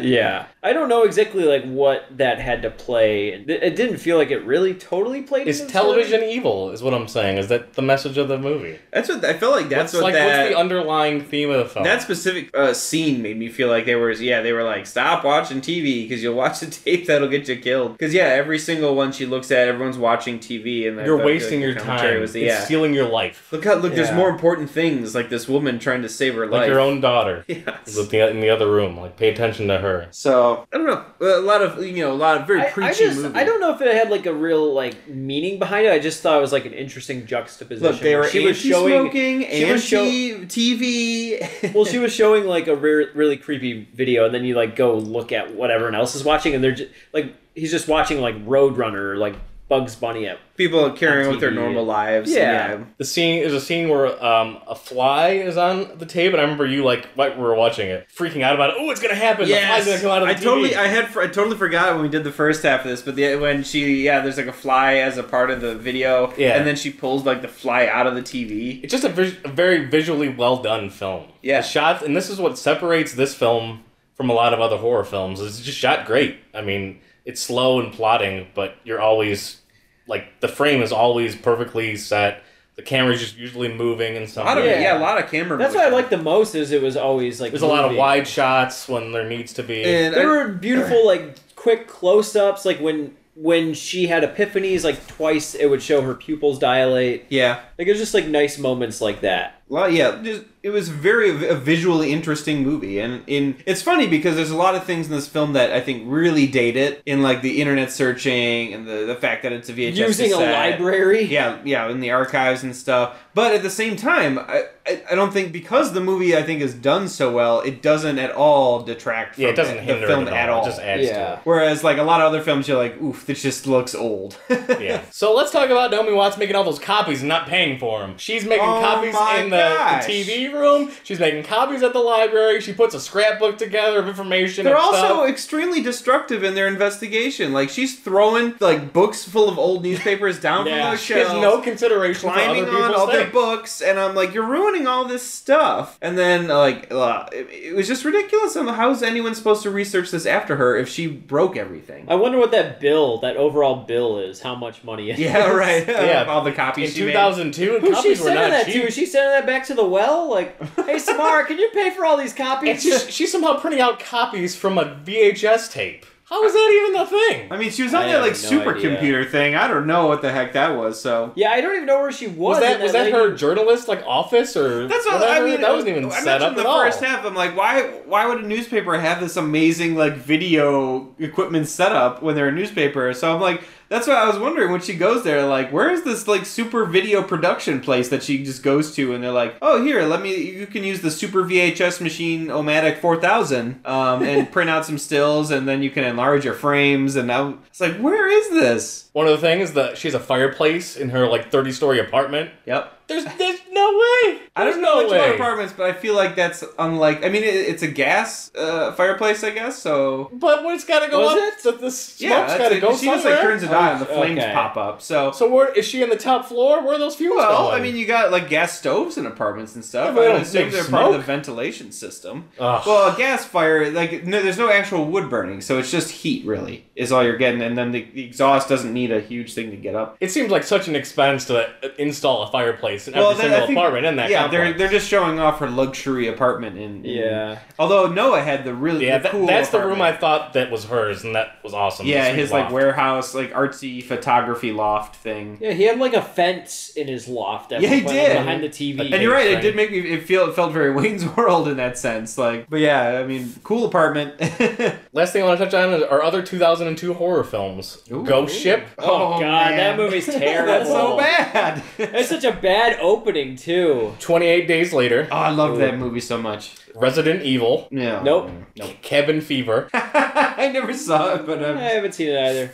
S2: yeah. I don't know exactly like what that had to play. It it didn't feel like it really totally played.
S3: is
S2: into the story.
S3: television evil? Is what I'm saying. Is that the message of the movie?
S1: That's what I feel like. That's
S3: What's,
S1: what
S3: like
S1: that.
S3: what's the underlying theme of the film?
S1: that specific uh, scene made me feel like they were, yeah, they were like, stop watching TV because you'll watch the tape that'll get you killed. Because yeah, every single one she looks at, everyone's watching TV, and I
S3: you're
S1: thought,
S3: wasting
S1: like,
S3: your
S1: the commentary
S3: time.
S1: Was the,
S3: it's
S1: yeah.
S3: stealing your life,
S1: Look how look. There's
S2: Yeah.
S1: more important things like this woman trying to save her
S3: like
S1: life.
S3: your own daughter.
S1: Yes.
S3: With the- in the other room, like pay attention to her.
S4: So,
S1: I don't know. A lot of you know, a lot of very
S2: I,
S1: preachy
S2: I just
S1: movie.
S2: I don't know if it had like a real like meaning behind it. I just thought it was like an interesting juxtaposition.
S1: Look, they were
S2: she was showing
S1: anti-smoking,
S2: she was show-
S1: anti-TV.
S2: well, she was showing like a re- really creepy video, and then you like go look at what everyone else is watching, and they're just, like he's just watching like Roadrunner, like Bugs Bunny out.
S1: People carrying on with their
S3: TV.
S1: normal lives.
S2: Yeah.
S3: The scene is a scene where um, a fly is on the tape, and I remember you like while we were watching it, freaking out about it. Oh, it's gonna happen! The fly's gonna come out of the
S1: I
S3: TV.
S1: totally, I had, I totally forgot when we did the first half of this, but the when she, yeah, there's like a fly as a part of the video,
S3: Yeah.
S1: and then she pulls like the fly out of the TV.
S3: it's just a, vis- a very visually well done film.
S1: Yeah.
S3: The shots, and this is what separates this film from a lot of other horror films. Is it's just shot great. I mean, it's slow and plotting, but you're always like the frame is always perfectly set. The camera's just usually moving and
S1: A
S3: stuff.
S1: lot of, yeah.
S2: Yeah.
S1: a lot of camera.
S2: That's what I liked the most is it was always like
S3: There's a lot of
S2: moving.
S3: wide shots when there needs to be.
S1: And
S2: There
S1: I-
S2: were beautiful like quick close-ups like when when she had epiphanies like twice it would show her pupils dilate.
S1: yeah,
S2: Like it was just like nice moments like that.
S1: Well, yeah, just, it was very a visually interesting movie, and in it's funny because there's a lot of things in this film that I think really date it in like the internet searching and the, the fact that it's a VHS
S2: Using a
S1: cassette.
S2: library.
S1: Yeah, yeah, in the archives and stuff. But at the same time, I, I, I don't think because the movie I think is done so well, it doesn't at all detract from
S3: yeah, it doesn't
S1: the,
S3: hinder
S1: the film
S3: it
S1: at all.
S3: It just adds to it.
S2: Yeah.
S1: Whereas like a lot of other films, you're like, oof, this just looks old.
S3: yeah. So let's talk about Naomi Watts making all those copies and not paying for them. She's making
S1: Oh
S3: copies
S1: my
S3: in the,
S1: gosh.
S3: the TV room. She's making copies at the library. She puts a scrapbook together of information.
S1: They're
S3: and
S1: also
S3: stuff.
S1: extremely destructive in their investigation. Like she's throwing like books full of old newspapers down
S3: yeah.
S1: from those
S3: she has
S1: shelves,
S3: no consideration for
S1: climbing
S3: other people's
S1: on other
S3: things.
S1: books, and I'm like, you're ruining all this stuff. And then like, uh, it, it was just ridiculous. And how's anyone supposed to research this after her if she broke everything?
S2: I wonder what that bill, that overall bill is, how much money it
S1: yeah,
S2: is.
S1: right.
S3: Yeah.
S1: all the copies
S3: In
S1: she made.
S3: 2002,
S2: Who's she
S3: copies were
S2: sending
S3: not
S2: that
S3: cheap.
S2: to? Is she sending that back to the well? Like, hey, Samara, can you pay for all these
S3: And
S2: copies?
S3: she, she's somehow printing out copies from a VHS tape. How is that even a thing?
S1: I mean, she was
S2: I
S1: on that like
S2: have no
S1: supercomputer thing. I don't know what the heck that was. So
S2: yeah, I don't even know where she was.
S3: Was
S2: in
S3: that was
S2: lady-
S3: that her journalist like office or
S1: That's what
S3: whatever?
S1: I mean.
S3: that wasn't even
S1: I
S3: set
S1: mentioned
S3: up
S1: the
S3: at all.
S1: first half. I'm like, why? Why would a newspaper have this amazing like video equipment setup when they're a newspaper? So I'm like, that's what I was wondering when she goes there. Like, where is this like super video production place that she just goes to? And they're like, oh, here, let me. You can use the super VHS machine, Omatic 4000, um, and print out some stills, and then you can enlarge your frames. And now it's like, where is this?
S3: One of the things that she has a fireplace in her like 30 story apartment.
S1: Yep.
S3: There's there's no
S1: I
S3: way. There's
S1: don't know
S3: no
S1: much about
S3: way.
S1: apartments, but I feel like that's unlike. I mean, it, it's a gas uh, fireplace, I guess. So
S3: But what's got to go
S2: Was
S3: up? The, the smoke's
S1: yeah, that's
S3: got to
S1: it.
S3: go
S1: she
S3: somewhere.
S1: just like turns it on, and the
S2: Oh,
S1: flames
S2: okay.
S1: pop up. So,
S3: so where is she in the top floor? Where are those fumes
S1: well, I
S3: going?
S1: mean, you got like gas stoves in apartments and
S3: Yeah,
S1: stuff.
S3: but they
S1: I
S3: don't
S1: would assume
S3: make
S1: they're part of the
S3: smoke.
S1: ventilation system.
S3: Ugh.
S1: Well, a gas fire, like no, there's no actual wood burning, so it's just heat really is all you're getting, and then the, the exhaust doesn't need a huge thing to get up.
S3: it seems like such an expense to uh, install a fireplace in every
S1: then
S3: single
S1: I think-
S3: apartment in that.
S1: Yeah,
S3: complex.
S1: they're they're just showing off her luxury apartment in. in-
S2: Yeah.
S1: Although Noah had the really
S3: yeah.
S1: the
S3: that-
S1: cool
S3: that's the
S1: apartment.
S3: room I thought that was hers, and that was awesome. The
S1: Yeah,
S3: sweet
S1: his like
S3: loft.
S1: warehouse, like artsy photography loft thing.
S2: Yeah, he had like a fence in his loft. At
S1: Yeah,
S2: one
S1: he
S2: point,
S1: did.
S2: like, behind the TV.
S1: And you're right; it did make me. It feel it felt very Wayne's World in that sense. Like, but yeah, I mean, cool apartment.
S2: Oh,
S3: Last thing I want to touch on is our other 2002 horror films:
S1: Ooh.
S3: Ghost Ship.
S2: Oh, God, that movie's terrible.
S1: That's so bad.
S2: That's such a bad opening too.
S3: 28 Days Later,
S1: Oh, I love that movie so much.
S3: Resident Evil,
S1: Yeah.
S2: Nope.
S3: Cabin Fever,
S1: I never saw it, but
S2: I
S1: um,
S2: haven't seen it either.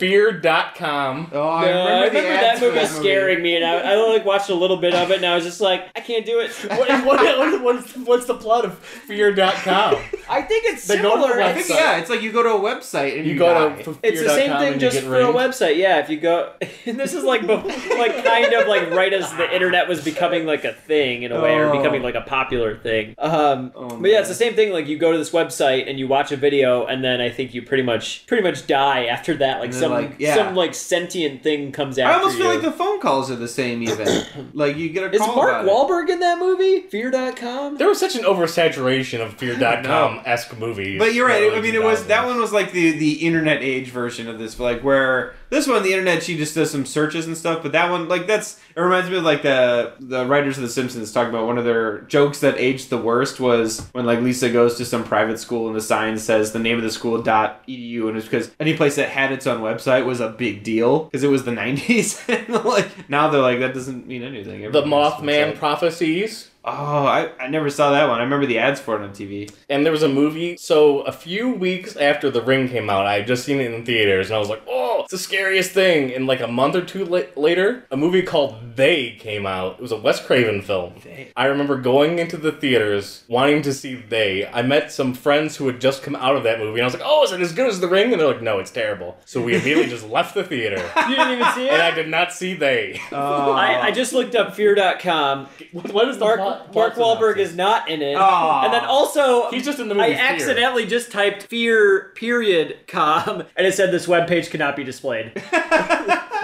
S3: Fear.com,
S1: oh,
S2: No,
S1: I
S2: I
S1: remember,
S2: remember,
S1: the ads
S2: that
S1: for
S2: movie
S1: that
S2: scaring me, and I, I like watched a little bit of it, and I was just like, I can't do it.
S3: what, what, what, what's, what's the plot of fear.com?
S2: I think it's
S3: They go to the
S2: similar.
S1: I think
S3: website.
S1: yeah, it's like you go to a website and
S3: You
S1: you,
S3: go
S1: die.
S3: to
S2: It's the same thing just for a website. Yeah, if you go, and this is like, bef- like kind of like right as the internet was becoming like a thing in a way, or
S1: Oh.
S2: becoming like a popular thing. Um,
S1: Oh,
S2: but yeah,
S1: man.
S2: it's the same thing. Like you go to this website and you watch a video, and then I think you pretty much pretty much die after that. Like
S1: And then,
S2: some
S1: like, yeah.
S2: some like sentient thing comes after
S1: I almost
S2: you.
S1: feel like the phone calls are the same. Even like you get a
S2: is
S1: call.
S2: Mark
S1: about it.
S2: Wahlberg in that movie? Fear.com?
S3: There was such an oversaturation of fear.com esque movies.
S1: But you're right.
S3: in the
S1: I mean,
S3: early
S1: it was
S3: 2000s.
S1: that one was like the the internet age version of this, like where this one the internet she just does some searches and stuff. But that one, like that's it reminds me of like the the writers of The Simpsons talking about one of their jokes that aged the worst was when like Lisa goes to some private school and the sign says the name of the school dot edu and it's because any place that had its own website was a big deal because it was the 90s. and like now they're like that doesn't mean anything.
S3: The
S1: Everyone has a
S3: Mothman
S1: website.
S3: Prophecies.
S1: Oh, I, I never saw that one. I remember the ads for it on TV.
S3: And there was a movie. So a few weeks after The Ring came out, I had just seen it in theaters, and I was like, "Oh, it's the scariest thing!" And like a month or two la- later, a movie called They came out. It was a Wes Craven film. I remember going into the theaters wanting to see They. I met some friends who had just come out of that movie, and I was like, "Oh, is it as good as The Ring?" And they're like, "No, it's terrible." So we immediately just left the theater,
S2: You didn't even see it?
S3: and I did not see They.
S2: Uh,
S1: Oh,
S2: I, I just looked up fear.com.
S3: What is the
S2: Mark,
S3: plot-
S2: Mark
S3: plot
S2: Wahlberg
S3: synopsis?
S2: is not in it.
S1: Aw.
S2: And then also,
S3: He's just in the movie.
S2: I
S3: Fear.
S2: accidentally just typed fear period com and it said this webpage cannot be displayed.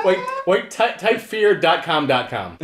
S3: Wait, wait, ty- type fear.com.com.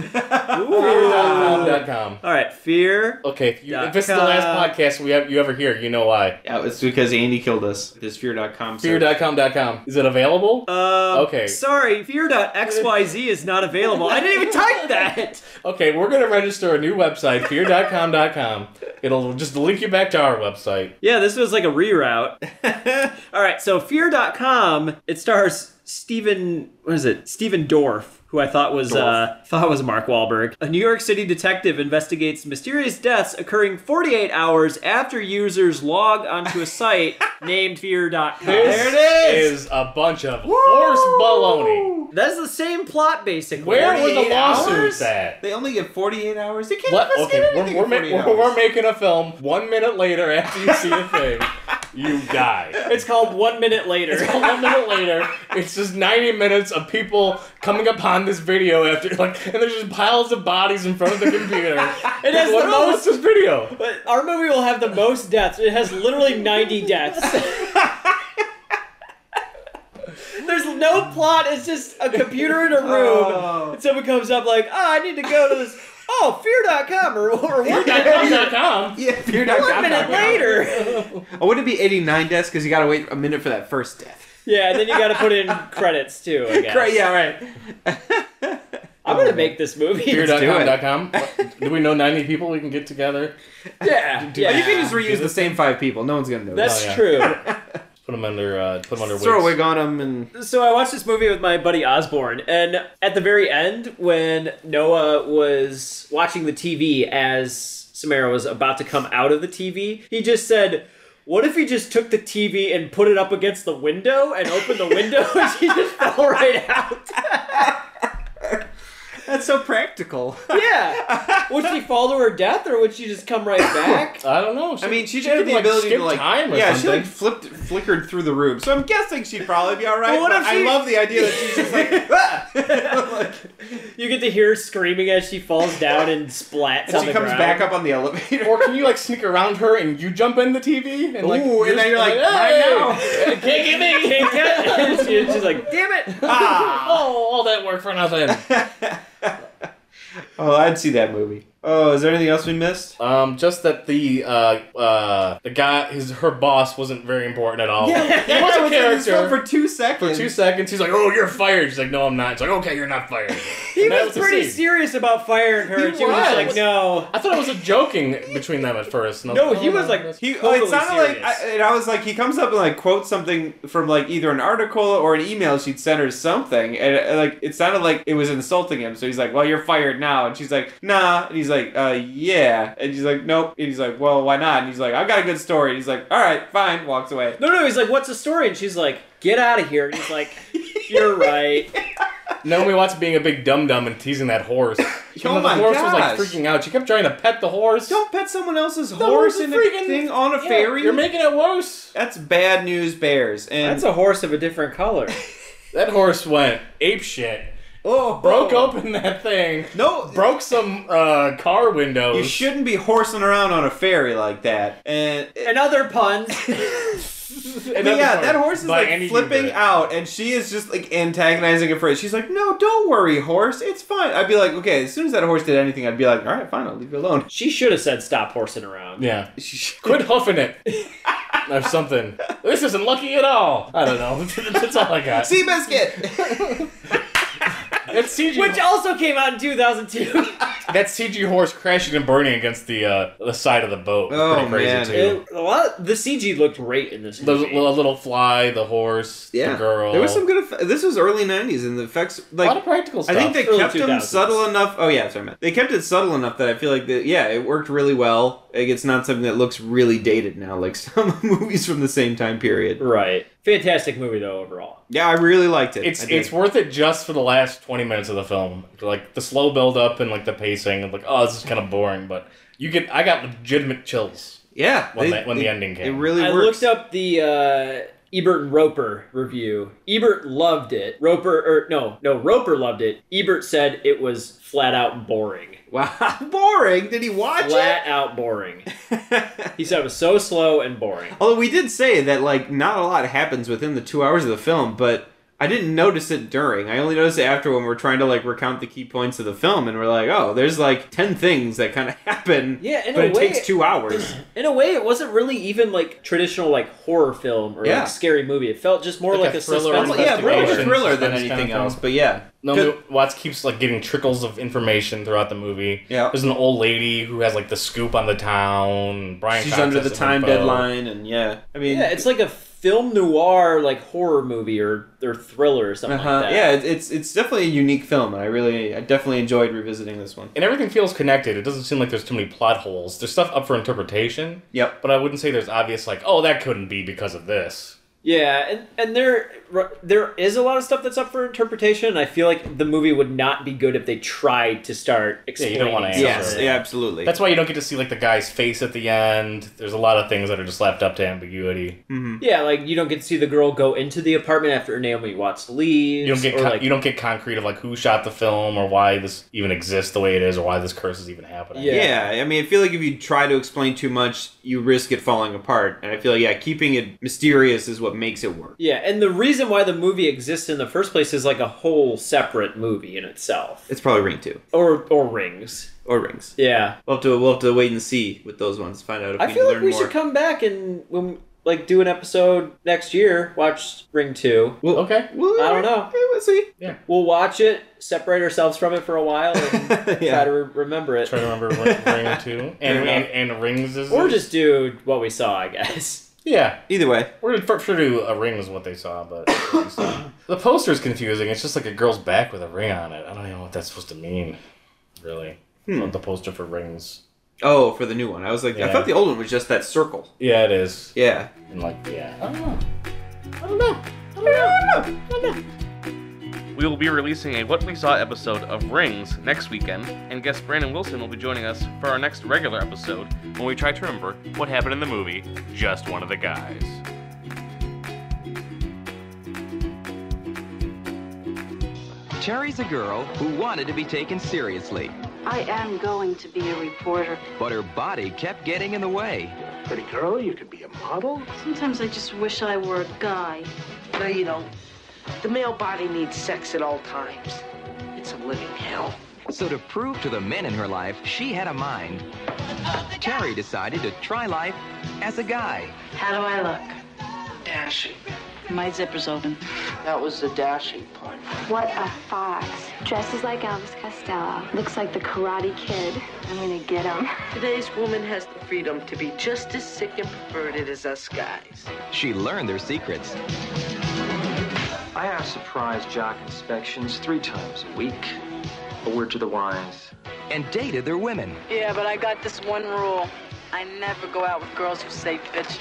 S3: Fear.com.com.
S2: All right, fear.
S3: Okay, if, you,
S2: Dot
S3: if this is the last
S2: com.
S3: podcast we have, you ever hear, you know why.
S1: yeah, it's because Andy killed us. This fear.com. search.
S3: Fear.com.com. Is it available?
S1: Uh,
S2: Um,
S3: Okay.
S2: Sorry, fear.xyz is not available. I didn't even type that.
S3: okay, we're going to register a new website, fear.com.com. It'll just link you back to our website.
S2: Yeah, this was like a reroute. All right, so fear.com, it stars Stephen, what is it? Stephen Dorff. Who I thought was uh, thought was Mark Wahlberg. A New York City detective investigates mysterious deaths occurring 48 hours after users log onto a site named fear.com.
S3: This
S1: Ah, There it is.
S3: is a bunch of horse baloney.
S2: That's the same plot basically.
S3: Where were the
S1: 48
S3: lawsuits
S1: hours?
S3: at?
S1: They only get 48 hours. They can't
S3: What? Okay,
S1: investigate
S3: we're,
S1: anything
S3: we're,
S1: in
S3: ma-
S1: 48
S3: we're, we're
S1: hours.
S3: making a film. One minute later, after you see a thing, you die.
S2: It's called One Minute Later.
S3: It's one minute later. It's just 90 minutes of people coming upon this video after, like, and there's just piles of bodies in front of the computer.
S2: It has
S3: what
S2: the
S3: oh,
S2: most.
S3: what's this video?
S2: But our movie will have the most deaths. It has literally 90 deaths. There's no plot. It's just a computer in a room.
S1: Oh.
S2: And someone comes up like, oh, I need to go to this. Oh, fear.com or, or one minute,
S3: Fear.com.com.
S1: Yeah, fear.com.
S2: one minute later.
S1: Oh, would it be 89 deaths? Because you gotta wait a minute for that first death.
S2: Yeah, and then you got to put in credits too. I guess.
S1: Great, yeah, right.
S2: I'm gonna make this movie.
S1: Let's do it.
S3: Fear.com.com. Do we know 90 people we can get together?
S2: Yeah,
S1: But you
S2: yeah.
S1: can just reuse the same five people. No one's gonna know.
S2: That's
S3: Oh, yeah.
S2: true.
S3: Put them under, uh, put them under
S1: Throw a
S3: wigs.
S1: wig on them and.
S2: So I watched this movie with my buddy Osborne, and at the very end, when Noah was watching the TV as Samara was about to come out of the TV, he just said, "What if he just took the TV and put it up against the window and opened the window and she just fell right out?"
S1: That's so practical.
S2: yeah, would she fall to her death or would she just come right back?
S3: I don't know.
S1: I mean, she,
S3: should
S1: had the ability
S3: skip
S1: to like
S3: time or
S1: yeah, she
S3: something.
S1: like flipped, flickered through the room. So I'm guessing she'd probably be all right.
S2: But what
S1: but
S2: if she-
S1: I love the idea that she's just like, ah!
S2: You get to hear her screaming as she falls down and splats
S1: and
S2: on
S1: she
S2: the
S1: comes
S2: ground.
S1: back up on the elevator.
S3: or can you like sneak around her and you jump in the TV and like
S1: Ooh, and then you're like,
S3: "Hey,
S1: "Mine
S3: can't get me,
S2: Can't get it. And she- she's like, "Damn it!"
S1: Ah.
S3: Oh, all that work for nothing.
S1: oh, I'd see that movie. Oh, is there anything else we missed?
S3: Um, just that the uh uh the guy his her boss wasn't very important at all. he was a
S1: in this film
S3: character.
S1: for two seconds.
S3: For two seconds, he's like, "Oh, you're fired." She's like, "No, I'm not." It's like, "Okay, you're not fired."
S2: He
S3: And that
S2: was
S3: the
S2: pretty
S3: scene.
S2: serious about firing her.
S3: He
S2: and she was, just
S3: was.
S2: like, no.
S3: I thought it was a joking between them at first. and I
S2: No,
S3: like,
S2: he
S3: "Oh,
S2: was
S3: no,
S2: like-
S3: that's-
S1: He,
S2: Totally
S1: it sounded like,
S2: serious.
S1: I, and I was like, he comes up and like quotes something from like either an article or an email she'd sent or something, and uh, like it sounded like it was insulting him. So he's like, "Well, you're fired now," and she's like, "Nah," and he's like, "Uh, yeah," and she's like, "Nope," and he's like, "Well, why not?" And he's like, "I've got a good story," and he's like, "All right, fine," walks away.
S2: No, no, he's like, what's the story? And she's like, get out of here. And he's like, you're right.
S3: Naomi Watts being a big dum dum and teasing that horse.
S1: Oh
S3: the
S1: my
S3: horse was like
S1: gosh.
S3: freaking out. She kept trying to pet the horse.
S1: Don't pet someone else's horse
S3: was a
S1: in
S3: freaking-
S1: a thing on a
S3: Yeah,
S1: ferry.
S3: You're making it worse.
S1: That's bad news, bears. And
S2: That's a horse of a different color.
S3: That horse went ape shit.
S1: oh,
S3: Broke
S1: oh.
S3: open that thing.
S1: No,
S3: Broke some uh, car windows.
S1: you shouldn't be horsing around on a ferry like that. And
S2: And other puns.
S1: But
S3: Another
S1: yeah,
S3: part
S1: that horse is
S3: by
S1: like
S3: any
S1: flipping
S3: unit.
S1: out, and she is just like antagonizing it for it. She's like, "No, don't worry, horse. It's fine." I'd be like, "Okay." As soon as that horse did anything, I'd be like, "All right, fine. I'll leave you alone."
S2: she should have said, stop horsing around.
S3: Yeah. Quit huffing it. or something. This isn't lucky at all. I don't know. That's all I got.
S1: Sea biscuit.
S3: it's CG.
S2: Which also came out in 2002.
S3: that CG horse crashing and burning against the uh, the side of the boat. was
S1: Oh,
S3: pretty crazy
S1: man.
S3: too.
S2: It- a lot of- the CG looked great in this
S3: The,
S2: movie.
S3: the little fly, the horse,
S1: Yeah,
S3: the girl.
S1: there was some good. Eff- this was early '90s, and the effects
S3: a lot
S1: like
S3: of practical
S1: I
S3: stuff.
S1: think they
S2: Early
S1: kept them
S2: 2000s.
S1: subtle enough. Oh yeah, that's what I meant. They kept it subtle enough that I feel like that. Yeah, it worked really well. Like it's not something that looks really dated now, like some movies from the same time period.
S2: right. Fantastic movie though overall.
S1: Yeah, I really liked it.
S3: it's
S1: I did.
S3: it's worth it just for the last twenty minutes of the film, like the slow build up and like the pacing. and like, oh, this is kind of boring, but you get I got legitimate chills
S1: yeah
S3: when
S1: they-
S3: the, when
S1: it,
S3: the ending
S1: it
S3: came.
S1: really
S2: I
S1: worked.
S2: looked up the uh, Ebert and Roper review. Ebert loved it. Roper or no, no, Roper loved it. Ebert said it was flat out boring.
S1: wow, boring. Did he watch
S2: Flat out boring.
S1: it?
S2: He said it was so slow and boring.
S1: Although we did say that like not a lot happens within the two hours of the film, but I didn't notice it during. I only noticed it after when we're trying to like recount the key points of the film, and we're like, oh, there's like ten things that kind of happen.
S2: Yeah, in
S1: but
S2: a
S1: it
S2: way-
S1: takes two hours.
S2: In a way, it wasn't really even like traditional like horror film or
S1: Yeah.
S2: like scary movie. It felt just more like,
S3: Like
S2: a,
S3: a thriller
S2: suspense.
S3: or
S1: yeah, more of a
S3: Investigations,
S1: thriller than
S3: suspense
S1: anything
S3: kind of
S1: else.
S3: thing.
S1: But yeah,
S3: No,
S1: Good.
S3: Watts keeps like getting trickles of information throughout the movie.
S1: Yeah.
S3: there's an old lady who has like the scoop on the town. Brian,
S1: she's
S3: Cox
S1: under
S3: has
S1: the
S3: some
S1: time
S3: info.
S1: deadline, and yeah, I mean,
S2: Yeah, it's like a film noir like horror movie or or thriller or something
S1: uh-huh.
S2: like that.
S1: yeah, it- it's it's definitely a unique film, and I really, I definitely enjoyed revisiting this one.
S3: And everything feels connected. It doesn't seem like there's too many plot holes. There's stuff up for interpretation,
S1: Yep.
S3: but I wouldn't say there's obvious like, oh, that couldn't be because of this.
S2: Yeah, and, and there there is a lot of stuff that's up for interpretation. and I feel like the movie would not be good if they tried to start
S3: you
S2: explaining.
S3: don't wanna
S2: stuff.
S3: answer.
S1: Yes,
S3: Yeah.
S1: yeah, absolutely.
S3: That's why you don't get to see like the guy's face at the end. There's a lot of things that are just left up to ambiguity.
S1: Hmm.
S2: Yeah, like you don't get to see the girl go into the apartment after Naomi Watts leaves.
S3: You don't get
S2: or,
S3: con-
S2: like,
S3: you don't get concrete of like who shot the film or why this even exists the way it is or why this curse is even happening.
S2: Yeah.
S1: Yeah. I mean, I feel like if you try to explain too much, you risk it falling apart. And I feel like, yeah, keeping it mysterious is what makes it work.
S2: Yeah, and the reason why the movie exists in the first place is like a whole separate movie in itself,
S1: It's probably Ring 2
S2: or or rings.
S1: or Rings.
S2: Yeah,
S1: We'll have to we'll have to wait and see with those ones. Find out if
S2: I
S1: we
S2: feel
S1: learn
S2: like we
S1: more.
S2: should come back and when like do an episode next year. Watch Ring Two.
S1: We'll-
S3: Okay.
S1: we'll-
S2: I don't know.
S1: Okay, we'll see.
S2: We'll watch it, separate ourselves from it for a while, and try
S1: yeah.
S2: to re- remember it.
S3: Try to remember Ring, Ring Two and, and and Rings is
S2: Or just do what we saw, I guess.
S3: yeah.
S1: Either way,
S3: We're gonna for sure do a ring is what they saw, but the poster is confusing. It's just like a girl's back with a ring on it. I don't even know what that's supposed to mean, really.
S1: Hmm.
S3: The poster for rings.
S1: oh, for the new one, I was like, I
S3: Yeah.
S1: thought the old one was just that circle.
S3: Yeah, it is.
S1: Yeah.
S3: And like, yeah.
S6: We will be releasing a What We Saw episode of Rings next weekend, and guest Brandon Wilson will be joining us for our next regular episode when we try to remember what happened in the movie Just One of the Guys.
S7: Terry's a girl who wanted to be taken seriously,
S8: I am going to be a reporter.
S7: but her body kept getting in the way.
S9: Pretty girl, you could be a model.
S8: Sometimes I just wish I were a guy.
S9: No, you don't. The male body needs sex at all times. It's a living hell.
S7: So to prove to the men in her life she had a mind, Terry decided to try life as a guy.
S8: How do I look?
S9: Dashing.
S8: My zipper's open.
S9: That was the dashing part.
S10: What a fox. Dresses like Elvis Costello. Looks like the Karate Kid. I'm gonna get him.
S9: Today's woman has the freedom to be just as sick and perverted as us guys.
S7: She learned their secrets
S11: I have surprise jock inspections three times a week. A word to the wise.
S7: and dated their women.
S8: Yeah, but I got this one rule. I never go out with girls who say bitch.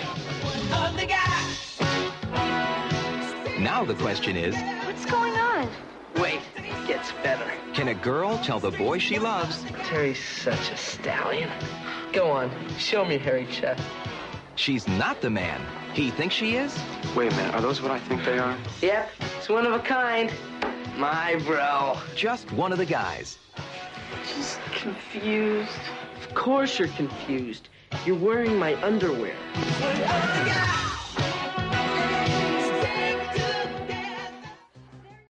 S7: Now the question is,
S10: What's going on?
S9: Wait, it gets better.
S7: can a girl tell the boy she loves
S9: Terry's such a stallion. Go on, show me hairy chest.
S7: she's not the man he thinks she is?
S11: Wait a minute, are those what I think they are?
S9: Yep, it's one of a kind. My bro.
S7: Just one of the guys.
S9: Just confused. Of course you're confused. You're wearing my underwear.